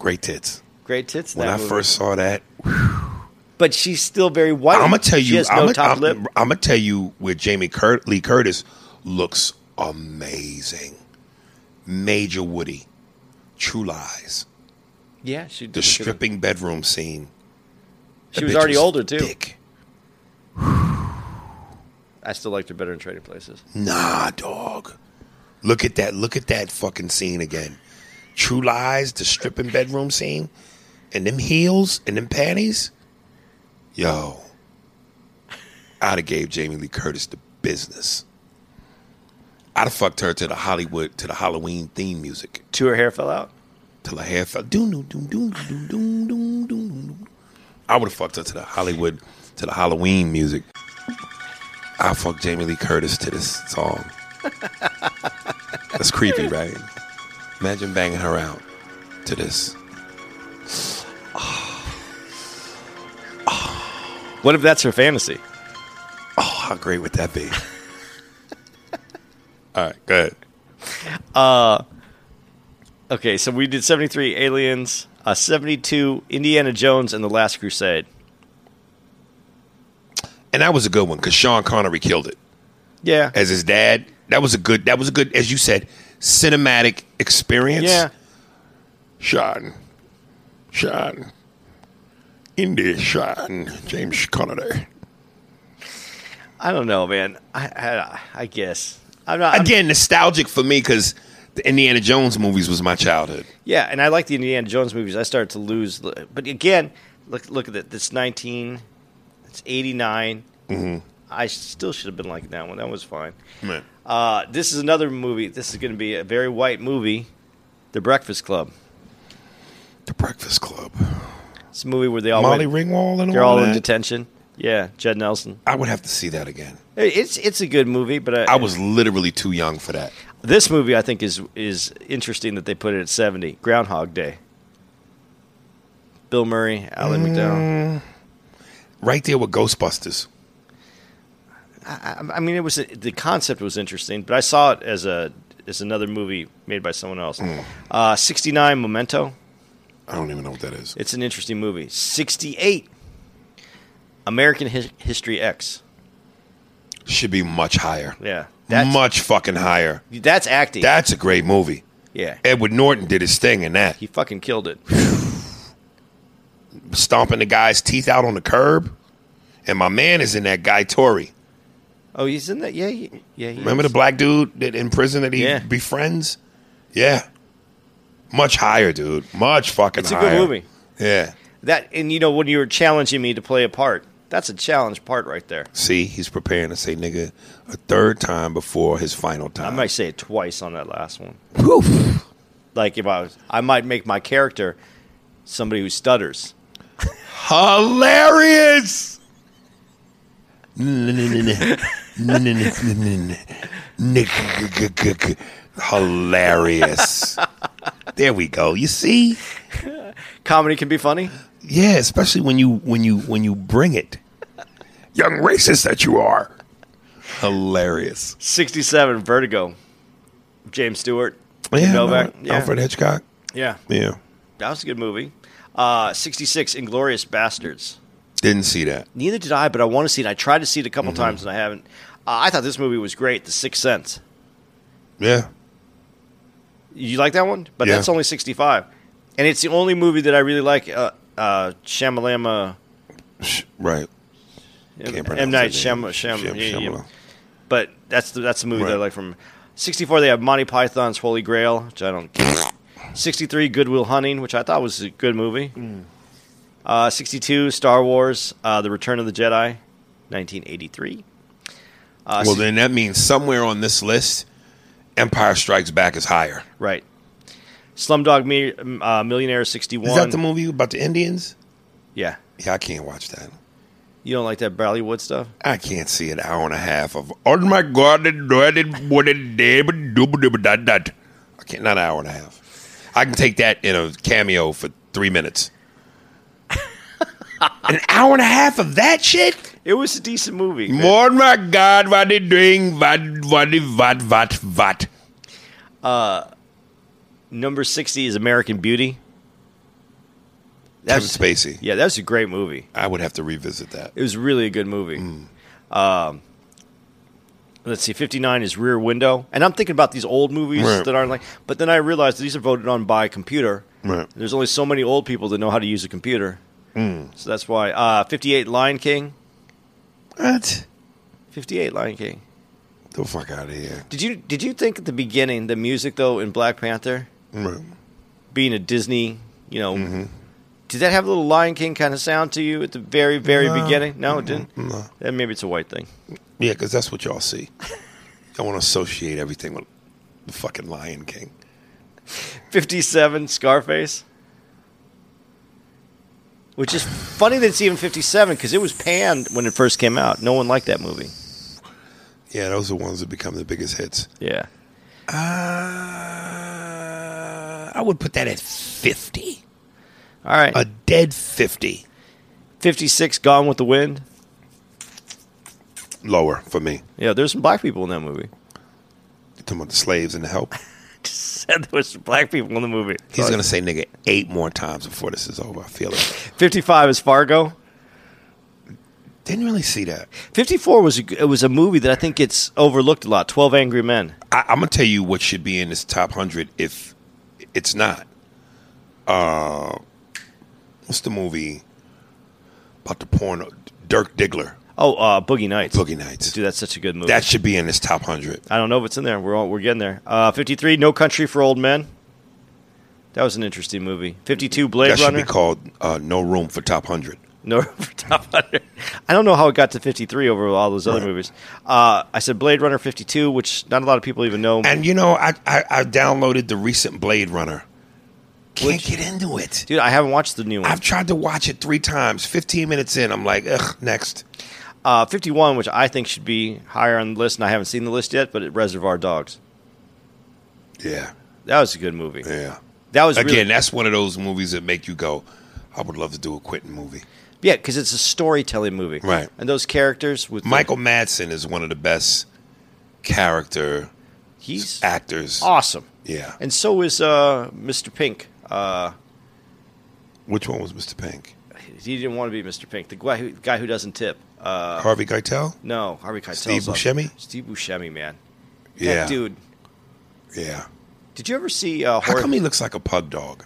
[SPEAKER 1] great tits.
[SPEAKER 2] great tits. in
[SPEAKER 1] When
[SPEAKER 2] that
[SPEAKER 1] I
[SPEAKER 2] movie.
[SPEAKER 1] first saw that,
[SPEAKER 2] but she's still very white.
[SPEAKER 1] I'm gonna tell
[SPEAKER 2] She
[SPEAKER 1] you,
[SPEAKER 2] has no
[SPEAKER 1] I'm gonna
[SPEAKER 2] top lip.
[SPEAKER 1] tell you where Jamie Cur- Lee Curtis looks amazing. Major Woody, True Lies.
[SPEAKER 2] Yeah, she
[SPEAKER 1] the
[SPEAKER 2] did. She
[SPEAKER 1] stripping bedroom scene. That
[SPEAKER 2] was
[SPEAKER 1] bitch
[SPEAKER 2] already older too.
[SPEAKER 1] Thick.
[SPEAKER 2] I still liked her better in Trading Places.
[SPEAKER 1] Nah, dog. Look at that. Look at that fucking scene again. True Lies, the stripping bedroom scene, and them heels and them panties. Yo, I'd have gave Jamie Lee Curtis the business. I'd have fucked her to the Hollywood to the Halloween theme music
[SPEAKER 2] Two, her hair fell out.
[SPEAKER 1] till her hair fell. Doom, doom, doom, doom, doom, doom, doom, doom, doom. I would have fucked her to the Hollywood, to the Halloween music. I fucked Jamie Lee Curtis to this song. [LAUGHS] That's creepy, right? Imagine banging her out to this.
[SPEAKER 2] What if that's her fantasy?
[SPEAKER 1] Oh, how great would that be? [LAUGHS] All right, go ahead.
[SPEAKER 2] Okay, so we did 73 Aliens, uh, 72 Indiana Jones and the Last Crusade.
[SPEAKER 1] And that was a good one because Sean Connery killed it.
[SPEAKER 2] Yeah.
[SPEAKER 1] as his dad. That was a good. That was a good, as you said, cinematic experience.
[SPEAKER 2] Yeah.
[SPEAKER 1] Sean, Sean, Indy, Sean, James Connery.
[SPEAKER 2] I don't know, man. I I, I guess. I'm not I'm-
[SPEAKER 1] Again, nostalgic for me because the Indiana Jones movies was my childhood.
[SPEAKER 2] Yeah, and I like the Indiana Jones movies. I started to lose but again, look look at it. It's 19 it's 89.
[SPEAKER 1] Mm-hmm.
[SPEAKER 2] I still should have been liking that one. That was fine.
[SPEAKER 1] Man.
[SPEAKER 2] Uh, this is another movie. This is going to be a very white movie, The Breakfast Club.
[SPEAKER 1] The Breakfast Club,
[SPEAKER 2] It's a movie where they all
[SPEAKER 1] Molly
[SPEAKER 2] went,
[SPEAKER 1] Ringwald, and
[SPEAKER 2] they're
[SPEAKER 1] all,
[SPEAKER 2] all
[SPEAKER 1] that.
[SPEAKER 2] in detention. Yeah, Jed Nelson.
[SPEAKER 1] I would have to see that again.
[SPEAKER 2] Hey, It's it's a good movie, but I,
[SPEAKER 1] I was literally too young for that.
[SPEAKER 2] this movie I think is is interesting that they put it at seventy. Groundhog Day. Bill Murray, Ally
[SPEAKER 1] Mm.
[SPEAKER 2] McDowell.
[SPEAKER 1] Right there with Ghostbusters.
[SPEAKER 2] I, I mean, it was the concept was interesting, but I saw it as a as another movie made by someone else.
[SPEAKER 1] Hmm.
[SPEAKER 2] Uh, Sixty nine, Memento.
[SPEAKER 1] I don't even know what that is.
[SPEAKER 2] It's an interesting movie. Sixty eight, American His- History X.
[SPEAKER 1] should be much higher.
[SPEAKER 2] Yeah. That's-
[SPEAKER 1] much fucking higher.
[SPEAKER 2] That's acting.
[SPEAKER 1] That's a great movie.
[SPEAKER 2] yeah.
[SPEAKER 1] Edward Norton did his thing in that,
[SPEAKER 2] He fucking killed it.
[SPEAKER 1] stomping the guy's teeth out on the curb. And my man is in that guy Tory.
[SPEAKER 2] Oh, he's in that. Yeah, he, yeah. He
[SPEAKER 1] Remember the
[SPEAKER 2] is.
[SPEAKER 1] black dude that in prison that he
[SPEAKER 2] Yeah.
[SPEAKER 1] befriends? Yeah. Much higher, dude. Much fucking
[SPEAKER 2] It's a
[SPEAKER 1] higher.
[SPEAKER 2] good movie.
[SPEAKER 1] Yeah.
[SPEAKER 2] that, and you know when you were challenging me to play a part, that's a challenge part right there.
[SPEAKER 1] See, he's preparing to say nigga a third time before his final
[SPEAKER 2] I
[SPEAKER 1] time.
[SPEAKER 2] might say it twice on that last one.
[SPEAKER 1] Whew.
[SPEAKER 2] Like if I was, I might make my character somebody who stutters. [LAUGHS]
[SPEAKER 1] Hilarious. Hilarious. There we go. You see?
[SPEAKER 2] Comedy can be funny.
[SPEAKER 1] Yeah, especially when you when you when you bring it. Young racist that you are. Hilarious.
[SPEAKER 2] Sixty-seven Vertigo, James Stewart,
[SPEAKER 1] Yeah,
[SPEAKER 2] Novak,
[SPEAKER 1] no,
[SPEAKER 2] yeah.
[SPEAKER 1] Alfred Hitchcock.
[SPEAKER 2] yeah,
[SPEAKER 1] Yeah.
[SPEAKER 2] that was a good movie. Uh, Sixty-six Inglorious Bastards.
[SPEAKER 1] Didn't see that.
[SPEAKER 2] Neither did I, but I want to see it. I tried to see it a
[SPEAKER 1] Mm-hmm.
[SPEAKER 2] couple times and I haven't. Uh, I thought this movie was great, The Sixth Sense.
[SPEAKER 1] Yeah.
[SPEAKER 2] You like that one? But
[SPEAKER 1] Yeah.
[SPEAKER 2] that's only 65. And it's the only movie that I really like. Uh, uh, Shamalama.
[SPEAKER 1] Right. Can't pronounce
[SPEAKER 2] M. Night
[SPEAKER 1] his
[SPEAKER 2] Shyam-
[SPEAKER 1] name.
[SPEAKER 2] Shyam-
[SPEAKER 1] Shyam-
[SPEAKER 2] yeah, yeah.
[SPEAKER 1] Shyamala.
[SPEAKER 2] But that's the, that's the movie that I
[SPEAKER 1] Right.
[SPEAKER 2] like from 64. They have Monty Python's Holy Grail, which I don't get. 63, Goodwill Hunting, which I thought was a good movie.
[SPEAKER 1] Mm.
[SPEAKER 2] Uh, 62, Star Wars, uh, The Return of the Jedi, 1983. Uh,
[SPEAKER 1] Well,
[SPEAKER 2] si-
[SPEAKER 1] then that means somewhere on this list, Empire Strikes Back is higher.
[SPEAKER 2] Right. Slumdog Mi- uh, Millionaire 61.
[SPEAKER 1] Is that the movie about the Indians?
[SPEAKER 2] Yeah.
[SPEAKER 1] Yeah, I can't watch that.
[SPEAKER 2] You don't like that Bollywood stuff?
[SPEAKER 1] I can't see an hour and a half of. Oh my God! it dreaded what it did, but doo- but doo- but dot- dot. I can't. Not an hour and a half. I can take that in a cameo for three minutes. an hour and a half of that shit.
[SPEAKER 2] It was a decent movie.
[SPEAKER 1] Oh my God! What it doing? What what what what what?
[SPEAKER 2] Number 60 is American Beauty.
[SPEAKER 1] Kevin
[SPEAKER 2] That's
[SPEAKER 1] Spacey.
[SPEAKER 2] Yeah, that was a great movie.
[SPEAKER 1] I would have to revisit that.
[SPEAKER 2] It was really a good movie.
[SPEAKER 1] Mm.
[SPEAKER 2] Um, let's see, 59 is Rear Window. And I'm thinking about these old movies
[SPEAKER 1] Right.
[SPEAKER 2] that aren't like, but then I realized these are voted on by computer.
[SPEAKER 1] Right.
[SPEAKER 2] There's only so many old people that know how to use a computer.
[SPEAKER 1] Mm.
[SPEAKER 2] So that's why. Uh, 58 Lion King.
[SPEAKER 1] What?
[SPEAKER 2] 58 Lion King.
[SPEAKER 1] The fuck out of here.
[SPEAKER 2] Did you did you think at the beginning the music though in Black Panther
[SPEAKER 1] Right.
[SPEAKER 2] being a Disney, you know,
[SPEAKER 1] Mm-hmm.
[SPEAKER 2] did that have a little Lion King kind of sound to you at the very very
[SPEAKER 1] No.
[SPEAKER 2] beginning? No, it didn't.
[SPEAKER 1] No.
[SPEAKER 2] Then maybe it's a white thing.
[SPEAKER 1] Yeah, because that's what y'all see. Y'all want to associate everything with the fucking Lion King.
[SPEAKER 2] Fifty-seven Scarface, which is funny that it's even fifty-seven because it was panned when it first came out. No one liked that movie.
[SPEAKER 1] Yeah, those are ones that become the biggest hits.
[SPEAKER 2] Yeah,
[SPEAKER 1] Uh, I would put that at 50.
[SPEAKER 2] all right.
[SPEAKER 1] A dead 50.
[SPEAKER 2] Fifty-six Gone with the Wind.
[SPEAKER 1] Lower for me.
[SPEAKER 2] Yeah, there's some black people in that movie.
[SPEAKER 1] You talking about the slaves and the help?
[SPEAKER 2] [LAUGHS] Said there was some black people in the movie.
[SPEAKER 1] He's going to say nigga eight more times before this is over. I feel it.
[SPEAKER 2] Fifty-five is Fargo.
[SPEAKER 1] Didn't really see that.
[SPEAKER 2] 54 was a, it was a movie that I think it's overlooked a lot. 12 Angry Men.
[SPEAKER 1] I, I'm gonna tell you what should be in this top hundred if it's not. Uh, what's the movie about the porno? Dirk Diggler,
[SPEAKER 2] Oh, uh, Boogie Nights.
[SPEAKER 1] Boogie Nights.
[SPEAKER 2] Dude, that's such a good movie.
[SPEAKER 1] That should be in this top hundred.
[SPEAKER 2] I don't know if it's in there. We're all, we're getting there. Uh, 53 No Country for Old Men. That was an interesting movie. 52 Blade
[SPEAKER 1] That should
[SPEAKER 2] Runner.
[SPEAKER 1] be called uh, No Room for Top Hundred.
[SPEAKER 2] no, [LAUGHS] for top 100. I don't know how it got to 53 over all those other
[SPEAKER 1] Right.
[SPEAKER 2] movies. Uh, I said Blade Runner 52, which not a lot of people even know.
[SPEAKER 1] And you know, I, I I downloaded the recent Blade Runner. Can't get into it.
[SPEAKER 2] Dude, I haven't watched the new one.
[SPEAKER 1] I've tried to watch it three times. Fifteen minutes in, I'm like, ugh, next.
[SPEAKER 2] Uh, 51, which I think should be higher on the list, and I haven't seen the list yet, but it, Reservoir Dogs.
[SPEAKER 1] Yeah,
[SPEAKER 2] That was a good movie.
[SPEAKER 1] yeah.
[SPEAKER 2] That was
[SPEAKER 1] Again,
[SPEAKER 2] really-
[SPEAKER 1] that's one of those movies that make you go, I would love to do a Quentin movie.
[SPEAKER 2] Yeah, because it's a storytelling movie,
[SPEAKER 1] Right.
[SPEAKER 2] And those characters with the-
[SPEAKER 1] Michael Madsen is one of the best character
[SPEAKER 2] he's
[SPEAKER 1] actors.
[SPEAKER 2] awesome,
[SPEAKER 1] Yeah.
[SPEAKER 2] and so is uh, Mr. Pink. Uh,
[SPEAKER 1] Which one was Mr. Pink?
[SPEAKER 2] he didn't want to be Mr. Pink, the guy who, guy who doesn't tip. Uh,
[SPEAKER 1] Harvey Keitel.
[SPEAKER 2] No, Harvey Keitel.
[SPEAKER 1] Steve Buscemi?
[SPEAKER 2] Steve Buscemi, man.
[SPEAKER 1] Yeah.
[SPEAKER 2] That dude.
[SPEAKER 1] Yeah.
[SPEAKER 2] Did you ever see uh,
[SPEAKER 1] How
[SPEAKER 2] Horror?
[SPEAKER 1] come he looks like a pug dog?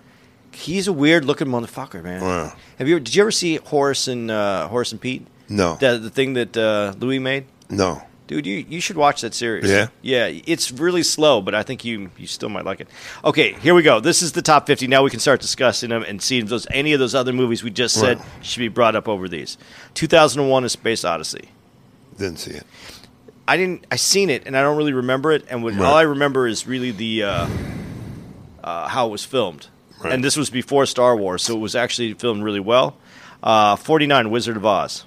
[SPEAKER 2] He's a weird looking motherfucker, man.
[SPEAKER 1] Wow.
[SPEAKER 2] Have you? Did you ever see Horace and uh, Horace and Pete?
[SPEAKER 1] No.
[SPEAKER 2] The, the thing that uh, Louis made,
[SPEAKER 1] No.
[SPEAKER 2] dude. You you should watch that series.
[SPEAKER 1] Yeah?
[SPEAKER 2] yeah. It's really slow, but I think you you still might like it. Okay, here we go. This is the top fifty. Now we can start discussing them and seeing if those any of those other movies we just said
[SPEAKER 1] Right.
[SPEAKER 2] should be brought up over these. Two thousand and one: A Space Odyssey.
[SPEAKER 1] Didn't see it.
[SPEAKER 2] I didn't. I seen it, and I don't really remember it. And what,
[SPEAKER 1] Right.
[SPEAKER 2] all I remember is really the uh, uh, how it was filmed.
[SPEAKER 1] Right.
[SPEAKER 2] And this was before Star Wars, so it was actually filmed really well. Uh, Forty nine, Wizard of Oz.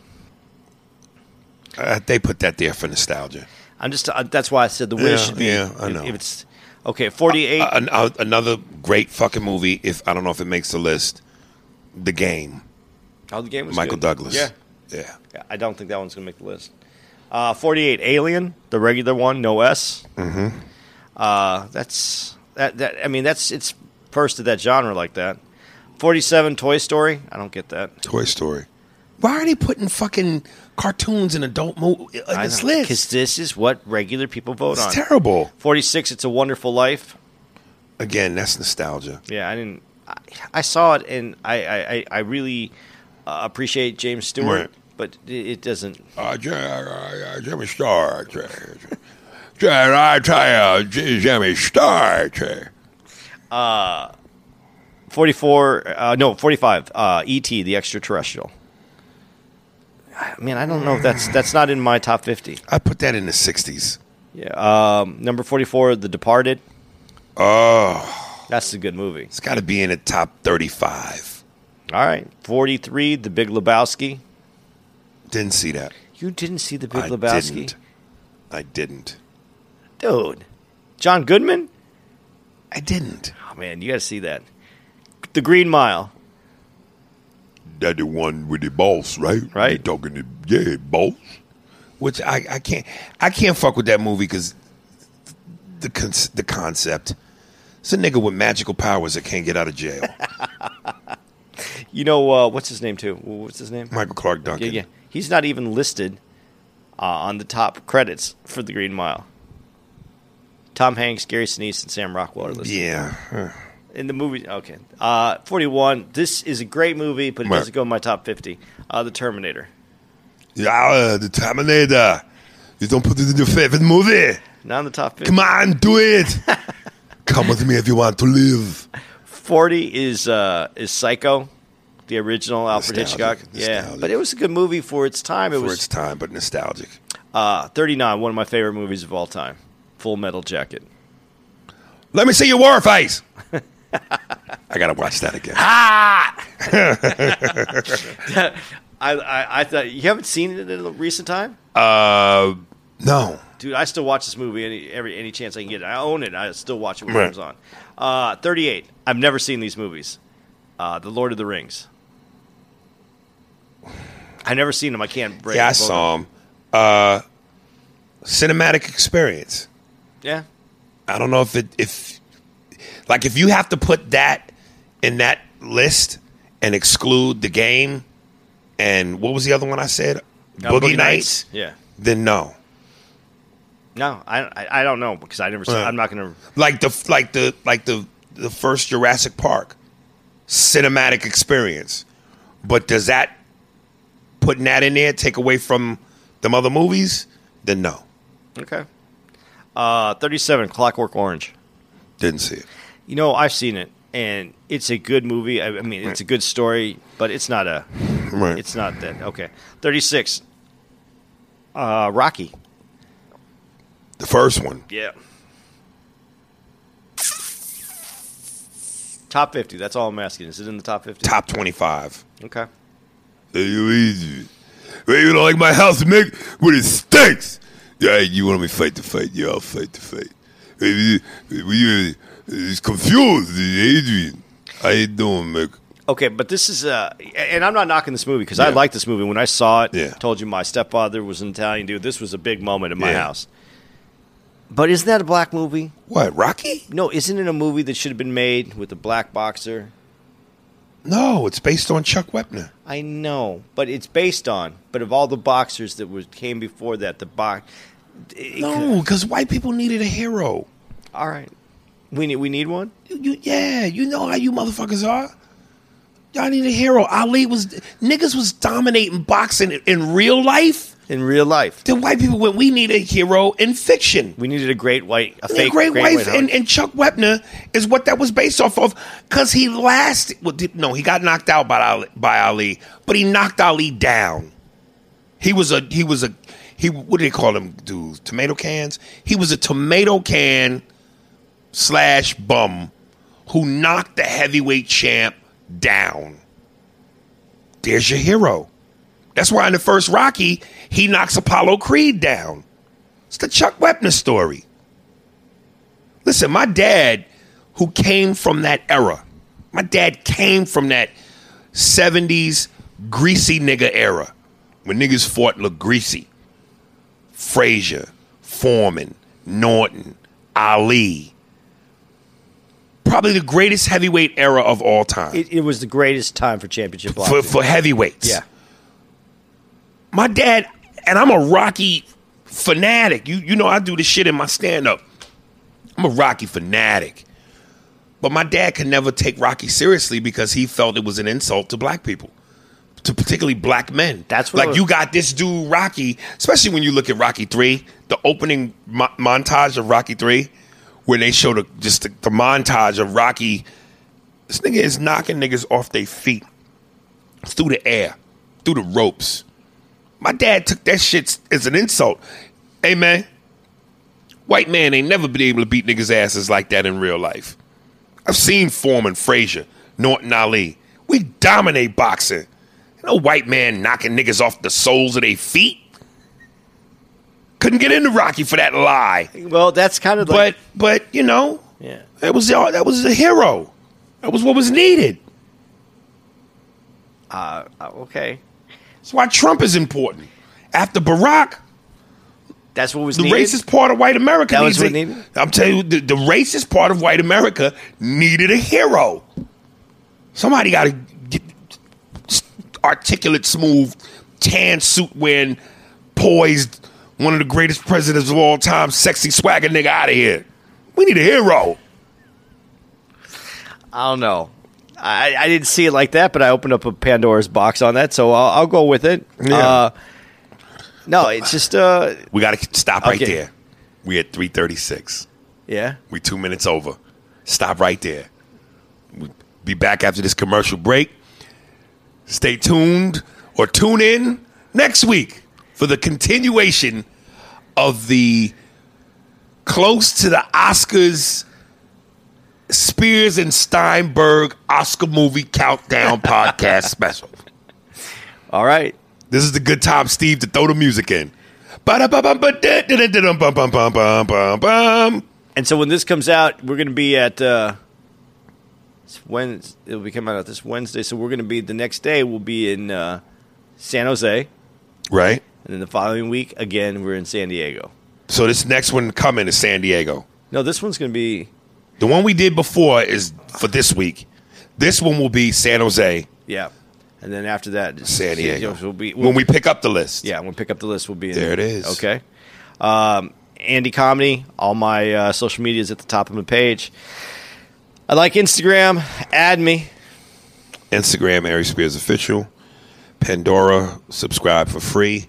[SPEAKER 1] Uh, they put that there for nostalgia.
[SPEAKER 2] I'm just. Uh, that's why I said the wish
[SPEAKER 1] Yeah,
[SPEAKER 2] should be.
[SPEAKER 1] yeah, I
[SPEAKER 2] if-
[SPEAKER 1] know.
[SPEAKER 2] If, it's okay, forty eight.
[SPEAKER 1] Uh, an- uh, another great fucking movie. If I don't know if it makes the list, The Game.
[SPEAKER 2] oh, the game was
[SPEAKER 1] Michael
[SPEAKER 2] good.
[SPEAKER 1] Douglas.
[SPEAKER 2] Yeah.
[SPEAKER 1] Yeah.
[SPEAKER 2] Yeah, I don't think that one's gonna make the list. Uh, forty eight, Alien, the regular one, no S. Mm-hmm. Uh, that's that, that. I mean, that's it's first of that genre like that. Forty seven, Toy Story. I don't get that.
[SPEAKER 1] Toy Story. Why are they putting fucking cartoons and adult mo in this
[SPEAKER 2] Because
[SPEAKER 1] list?
[SPEAKER 2] this is what regular people vote on.
[SPEAKER 1] It's terrible.
[SPEAKER 2] 46, It's a Wonderful Life.
[SPEAKER 1] Again, that's nostalgia.
[SPEAKER 2] Yeah, I didn't. I, I saw it and I, I, I- I really uh, appreciate James Stewart,
[SPEAKER 1] Right.
[SPEAKER 2] but it, it doesn't.
[SPEAKER 1] Uh, Jer- uh, Jimmy Star. Jer- Jer- I tell you, J- Jimmy Star. Jer-
[SPEAKER 2] 44, uh, no, 45, uh, E.T., The Extraterrestrial. I mean, I don't know if that's that's not in my top 50.
[SPEAKER 1] I put that in the 60s.
[SPEAKER 2] Yeah, um, number 44, The Departed.
[SPEAKER 1] Oh,
[SPEAKER 2] That's a good movie.
[SPEAKER 1] it's got to be in the top 35.
[SPEAKER 2] All right. 43, The Big Lebowski.
[SPEAKER 1] Didn't see that.
[SPEAKER 2] You didn't see The Big
[SPEAKER 1] I
[SPEAKER 2] Lebowski?
[SPEAKER 1] didn't. I didn't.
[SPEAKER 2] Dude. John Goodman?
[SPEAKER 1] I didn't.
[SPEAKER 2] Oh man, you got to see that. The Green Mile.
[SPEAKER 1] That the one with the boss, right?
[SPEAKER 2] Right.
[SPEAKER 1] You talking to yeah, boss. Which I, I can't I can't fuck with that movie because the con- the concept. It's a nigga with magical powers that can't get out
[SPEAKER 2] [LAUGHS]
[SPEAKER 1] of jail.
[SPEAKER 2] You know uh, what's his name too? Wh- What's his name?
[SPEAKER 1] Michael Clark
[SPEAKER 2] Yeah,
[SPEAKER 1] Duncan.
[SPEAKER 2] yeah. He's not even listed uh, on the top credits for The Green Mile. Tom Hanks, Gary Sinise, and Sam Rockwell are listed
[SPEAKER 1] Yeah.
[SPEAKER 2] in the movie. Okay, uh, forty-one. This is a great movie, but it
[SPEAKER 1] Right.
[SPEAKER 2] doesn't go in my top fifty. Uh, the Terminator.
[SPEAKER 1] Yeah, uh, the Terminator. You don't put it in your favorite movie.
[SPEAKER 2] Not in the top fifty.
[SPEAKER 1] Come on,
[SPEAKER 2] [LAUGHS]
[SPEAKER 1] do it. Come with me if you want to live.
[SPEAKER 2] Forty is uh, is Psycho, the original Alfred
[SPEAKER 1] Nostalgic,
[SPEAKER 2] Hitchcock. Yeah,
[SPEAKER 1] nostalgic.
[SPEAKER 2] but it was a good movie for its time. It
[SPEAKER 1] For
[SPEAKER 2] was
[SPEAKER 1] its time, but nostalgic.
[SPEAKER 2] Uh, 39, one of my favorite movies of all time. Full Metal Jacket.
[SPEAKER 1] Let me see your
[SPEAKER 2] [LAUGHS]
[SPEAKER 1] war face. I gotta watch that again.
[SPEAKER 2] I, I, I thought, you haven't seen it in a recent time?
[SPEAKER 1] Uh, no.
[SPEAKER 2] Dude, I still watch this movie any, every, any chance I can get. I own it. I still watch it when
[SPEAKER 1] Right.
[SPEAKER 2] it comes on. Uh, 38, I've never seen these movies. Uh, the Lord of the Rings. I've never seen them. I can't break
[SPEAKER 1] Yeah, I
[SPEAKER 2] both of them.
[SPEAKER 1] saw him. Uh, cinematic experience.
[SPEAKER 2] Yeah.
[SPEAKER 1] I don't know if it if like if you have to put that in that list and exclude the game and what was the other one I said?
[SPEAKER 2] Uh,
[SPEAKER 1] Boogie, Nights.
[SPEAKER 2] Yeah.
[SPEAKER 1] Then no.
[SPEAKER 2] No, I, I, I don't know because I never. saw
[SPEAKER 1] Right.
[SPEAKER 2] I'm not going to.
[SPEAKER 1] Like the like the like the the first Jurassic Park cinematic experience. But does that putting that in there take away from them other movies? Then no.
[SPEAKER 2] Okay. Uh, 37, Clockwork Orange.
[SPEAKER 1] Didn't see it. [LAUGHS]
[SPEAKER 2] You know, I've seen it, and it's a good movie. I, I mean, it's a good story, but it's not a.
[SPEAKER 1] Right.
[SPEAKER 2] It's not that okay. Thirty six. Uh, Rocky.
[SPEAKER 1] the first one.
[SPEAKER 2] Yeah. Top fifty. That's all I'm asking. Is it in the top fifty?
[SPEAKER 1] Top twenty five.
[SPEAKER 2] Okay.
[SPEAKER 1] You easy. Hey, you don't like my house, Mick? When it stinks. Yeah, you want me to fight the fight? Yeah, I'll fight the fight. Hey, you- you- It's confused, Adrian. How you doing, Mick?
[SPEAKER 2] Okay, but this is uh, and I'm not knocking this movie because I
[SPEAKER 1] Yeah.
[SPEAKER 2] like this movie. When I saw it,
[SPEAKER 1] Yeah.
[SPEAKER 2] told you my stepfather was an Italian dude. This was a big moment in my
[SPEAKER 1] Yeah.
[SPEAKER 2] house. But isn't that a black movie?
[SPEAKER 1] What, Rocky?
[SPEAKER 2] No, isn't it a movie that should have been made with a black boxer?
[SPEAKER 1] No, it's based on Chuck Wepner.
[SPEAKER 2] I know, but it's based on. But of all the boxers that was came before that, the box. it
[SPEAKER 1] No, because white people needed a hero.
[SPEAKER 2] could- all right. We need we need one.
[SPEAKER 1] You, you, yeah, you know how you motherfuckers are. Y'all need a hero. Ali was niggas was dominating boxing in, in real life.
[SPEAKER 2] in real life.
[SPEAKER 1] Then white people went, we need a hero in fiction.
[SPEAKER 2] We needed a great white, a
[SPEAKER 1] The
[SPEAKER 2] fake
[SPEAKER 1] Great, Wife
[SPEAKER 2] white
[SPEAKER 1] and, and Chuck Wepner is what that was based off of because he lasted. Well, did, no, he got knocked out by Ali, by Ali, but he knocked Ali down. He was a he was a he. What do they call them dudes? Tomato cans. He was a tomato can slash bum who knocked the heavyweight champ down. There's your hero. That's why in the first Rocky, he knocks Apollo Creed down. It's the Chuck Wepner story. Listen, my dad, who came from that era, my dad came from that 70s greasy nigga era when niggas fought look greasy. Frazier, Foreman, Norton, Ali. Probably the greatest heavyweight era of all time
[SPEAKER 2] it, it was the greatest time for championship boxing.
[SPEAKER 1] for, for heavyweights.
[SPEAKER 2] yeah,
[SPEAKER 1] my dad and I'm a Rocky fanatic. You you know I do this shit in my stand up. I'm a Rocky fanatic. But my dad could never take Rocky seriously because he felt it was an insult to black people. To particularly black men.
[SPEAKER 2] That's what
[SPEAKER 1] like
[SPEAKER 2] it was-
[SPEAKER 1] you got this dude Rocky, especially when you look at Rocky 3, the opening mo- montage of Rocky 3 where they show the just the, the montage of Rocky this nigga is knocking niggas off their feet through the air, through the ropes. My dad took that shit as an insult. Hey man, white man ain't never been able to beat niggas asses like that in real life. I've seen Foreman, Frazier, Norton, Ali. We dominate boxing. No white man knocking niggas off the soles of their feet. Couldn't get into Rocky for that lie.
[SPEAKER 2] well, that's kind of like
[SPEAKER 1] But but you know,
[SPEAKER 2] yeah.
[SPEAKER 1] that was the, that was the hero. That was what was needed.
[SPEAKER 2] Uh, uh, okay,
[SPEAKER 1] That's why Trump is important. After Barack,
[SPEAKER 2] that's what was
[SPEAKER 1] the
[SPEAKER 2] needed.
[SPEAKER 1] racist part of white America.
[SPEAKER 2] That
[SPEAKER 1] needs
[SPEAKER 2] was what
[SPEAKER 1] a-
[SPEAKER 2] needed?
[SPEAKER 1] I'm telling you, the, the racist part of white America needed a hero. Somebody got to get articulate, smooth, tan suit wearing, poised, one of the greatest presidents of all time, sexy swagger nigga out of here. We need a hero.
[SPEAKER 2] I don't know. I, I didn't see it like that, but I opened up a Pandora's box on that, so I'll, I'll go with it.
[SPEAKER 1] Yeah.
[SPEAKER 2] Uh, no, it's just uh,
[SPEAKER 1] We got to stop right
[SPEAKER 2] Okay.
[SPEAKER 1] there. We at 336.
[SPEAKER 2] yeah.
[SPEAKER 1] We two minutes over. Stop right there. We'll be back after this commercial break. Stay tuned or tune in next week for the continuation of the close to the Oscars Spears and Steinberg Oscar movie countdown podcast special.
[SPEAKER 2] All right.
[SPEAKER 1] This is the good time, Steve, to throw the music in. Ba-da-ba-ba-ba-da-da-da-dum-bum-bum-bum-bum-bum.
[SPEAKER 2] And so when this comes out, we're going to be at uh, it's when it'll be coming out this Wednesday. So we're going to be the next day. We'll be in uh, San Jose,
[SPEAKER 1] Right?
[SPEAKER 2] and then the following week again we're in San Diego.
[SPEAKER 1] So this next one coming is San Diego.
[SPEAKER 2] No, this one's going to be
[SPEAKER 1] The one we did before is for this week. This one will be San Jose,
[SPEAKER 2] yeah, and then after that it's-
[SPEAKER 1] San Diego.
[SPEAKER 2] We'll be
[SPEAKER 1] when we pick up the list.
[SPEAKER 2] yeah when we pick up the list. We'll be in,
[SPEAKER 1] There it is.
[SPEAKER 2] Okay. Um, Andy Comedy. All my uh, social media is at the top of the page. I like Instagram. Add me.
[SPEAKER 1] Instagram, Ari Spears Official. Pandora, subscribe for free.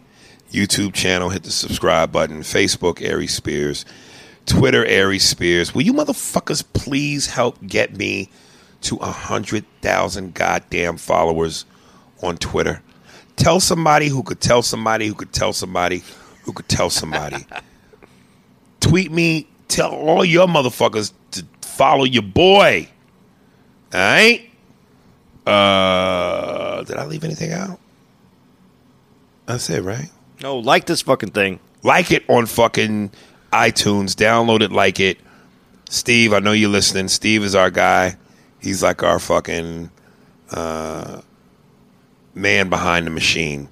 [SPEAKER 1] YouTube channel, hit the subscribe button. Facebook, Ari Spears. Twitter, Ari Spears. Will you motherfuckers please help get me to 100,000 goddamn followers on Twitter? Tell somebody who could tell somebody who could tell somebody who could tell somebody. Tweet me. Tell all your motherfuckers to follow your boy. All right? Uh, did I leave anything out? That's it, right?
[SPEAKER 2] No, like this fucking thing.
[SPEAKER 1] Like it on fucking iTunes. Download it, like it. Steve, I know you're listening. Steve is our guy. He's like our fucking uh, man behind the machine.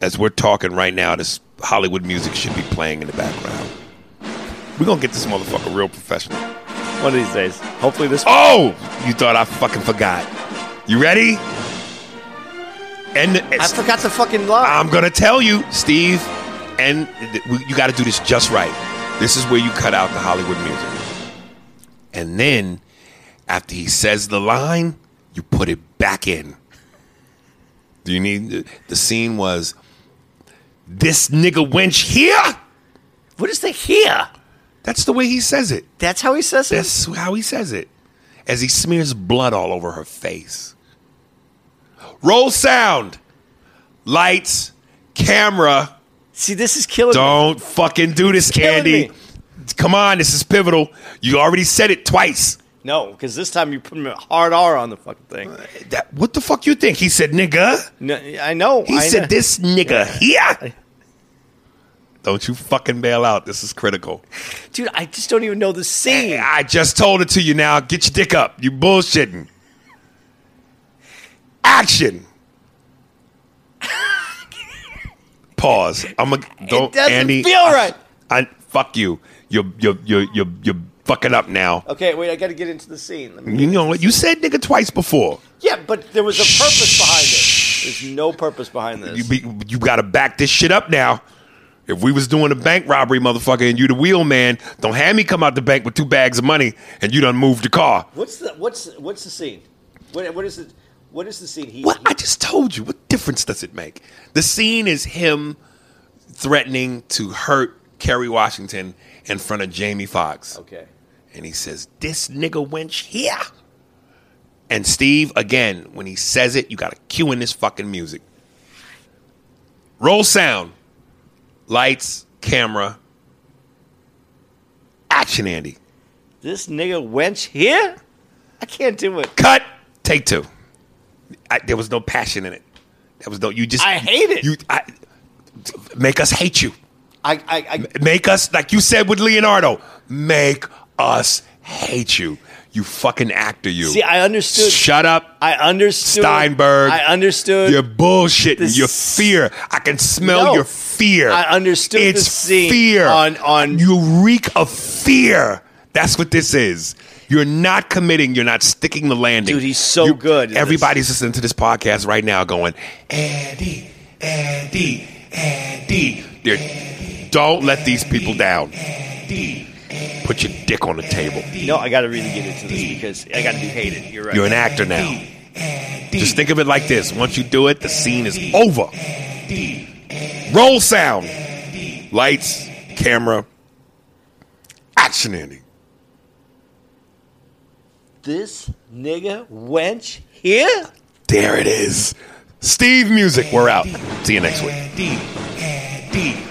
[SPEAKER 1] As we're talking right now, this Hollywood music should be playing in the background. We're gonna get this motherfucker real professional.
[SPEAKER 2] One of these days. Hopefully this.
[SPEAKER 1] Oh, you thought I fucking forgot. You ready? And
[SPEAKER 2] I forgot the fucking line.
[SPEAKER 1] I'm gonna tell you, Steve, and th- we- you got to do this just right. This is where you cut out the Hollywood music, and then after he says the line, you put it back in. Do you need the- the scene? Was this nigga wench here?
[SPEAKER 2] what is the here?
[SPEAKER 1] That's the way he says it.
[SPEAKER 2] That's how he says it.
[SPEAKER 1] That's how he says it. As he smears blood all over her face. Roll sound, lights, camera.
[SPEAKER 2] See, this is killing. me.
[SPEAKER 1] Don't fucking do this,
[SPEAKER 2] killing
[SPEAKER 1] Candy.
[SPEAKER 2] me.
[SPEAKER 1] Come on, this is pivotal. You already said it twice.
[SPEAKER 2] No, because this time you put him a hard R on the fucking thing.
[SPEAKER 1] That, what the fuck you think? He said nigga.
[SPEAKER 2] No, I know.
[SPEAKER 1] He
[SPEAKER 2] I
[SPEAKER 1] said
[SPEAKER 2] know.
[SPEAKER 1] this nigga. Yeah. Don't you fucking bail out. This is critical.
[SPEAKER 2] dude. I just don't even know the scene.
[SPEAKER 1] I just told it to you now. Get your dick up. You bullshitting.
[SPEAKER 2] [LAUGHS]
[SPEAKER 1] Action. Pause. I'm a don't
[SPEAKER 2] doesn't
[SPEAKER 1] Andy.
[SPEAKER 2] feel
[SPEAKER 1] I-
[SPEAKER 2] right.
[SPEAKER 1] I, fuck you. You're you're you're you're you're fucking up now.
[SPEAKER 2] Okay, wait. I got to get into the scene. Let me-
[SPEAKER 1] You know what? You said nigga twice before.
[SPEAKER 2] Yeah, but there was a purpose behind it. There's no purpose behind this.
[SPEAKER 1] You be, you got to back this shit up now. If we was doing a bank robbery, motherfucker, and you the wheel man, don't have me come out the bank with two bags of money and you done moved the car.
[SPEAKER 2] what's the what's what's the scene? What what is it? What is the scene? He,
[SPEAKER 1] What
[SPEAKER 2] he-
[SPEAKER 1] I just told you. What difference does it make? The scene is him threatening to hurt Kerry Washington in front of Jamie Foxx.
[SPEAKER 2] okay.
[SPEAKER 1] and he says, "This nigga wench here." And Steve, again, when he says it, you got to cue in this fucking music. Roll sound, lights, camera, action, Andy.
[SPEAKER 2] This nigga wench here? I can't do it.
[SPEAKER 1] Cut. Take two. I, there was no passion in it. There was no. You just.
[SPEAKER 2] I hate it.
[SPEAKER 1] You I, make us hate you.
[SPEAKER 2] I I, I
[SPEAKER 1] Make us like you said with Leonardo. Make us hate you. You fucking actor. You
[SPEAKER 2] see. I understood.
[SPEAKER 1] Shut up,
[SPEAKER 2] I understood.
[SPEAKER 1] Steinberg.
[SPEAKER 2] I understood.
[SPEAKER 1] You're bullshitting.
[SPEAKER 2] This-
[SPEAKER 1] your fear. I can smell
[SPEAKER 2] No.
[SPEAKER 1] your fear.
[SPEAKER 2] I understood
[SPEAKER 1] It's
[SPEAKER 2] the scene
[SPEAKER 1] fear.
[SPEAKER 2] on- on-
[SPEAKER 1] you reek of fear. That's what this is. You're not committing. You're not sticking the landing.
[SPEAKER 2] Dude, he's so
[SPEAKER 1] You-
[SPEAKER 2] good at
[SPEAKER 1] Everybody's listening to this podcast right now, going Andy, Andy, Andy. They're- don't let these people down. Put your dick on the table.
[SPEAKER 2] no, I got to really get into this because I got to be hated. You're right.
[SPEAKER 1] You're an actor now. Just think of it like this. Once you do it, the scene is over. Roll sound. Lights, camera, action Andy.
[SPEAKER 2] this nigga wench here?
[SPEAKER 1] There it is. Steve Music, we're out. See you next week.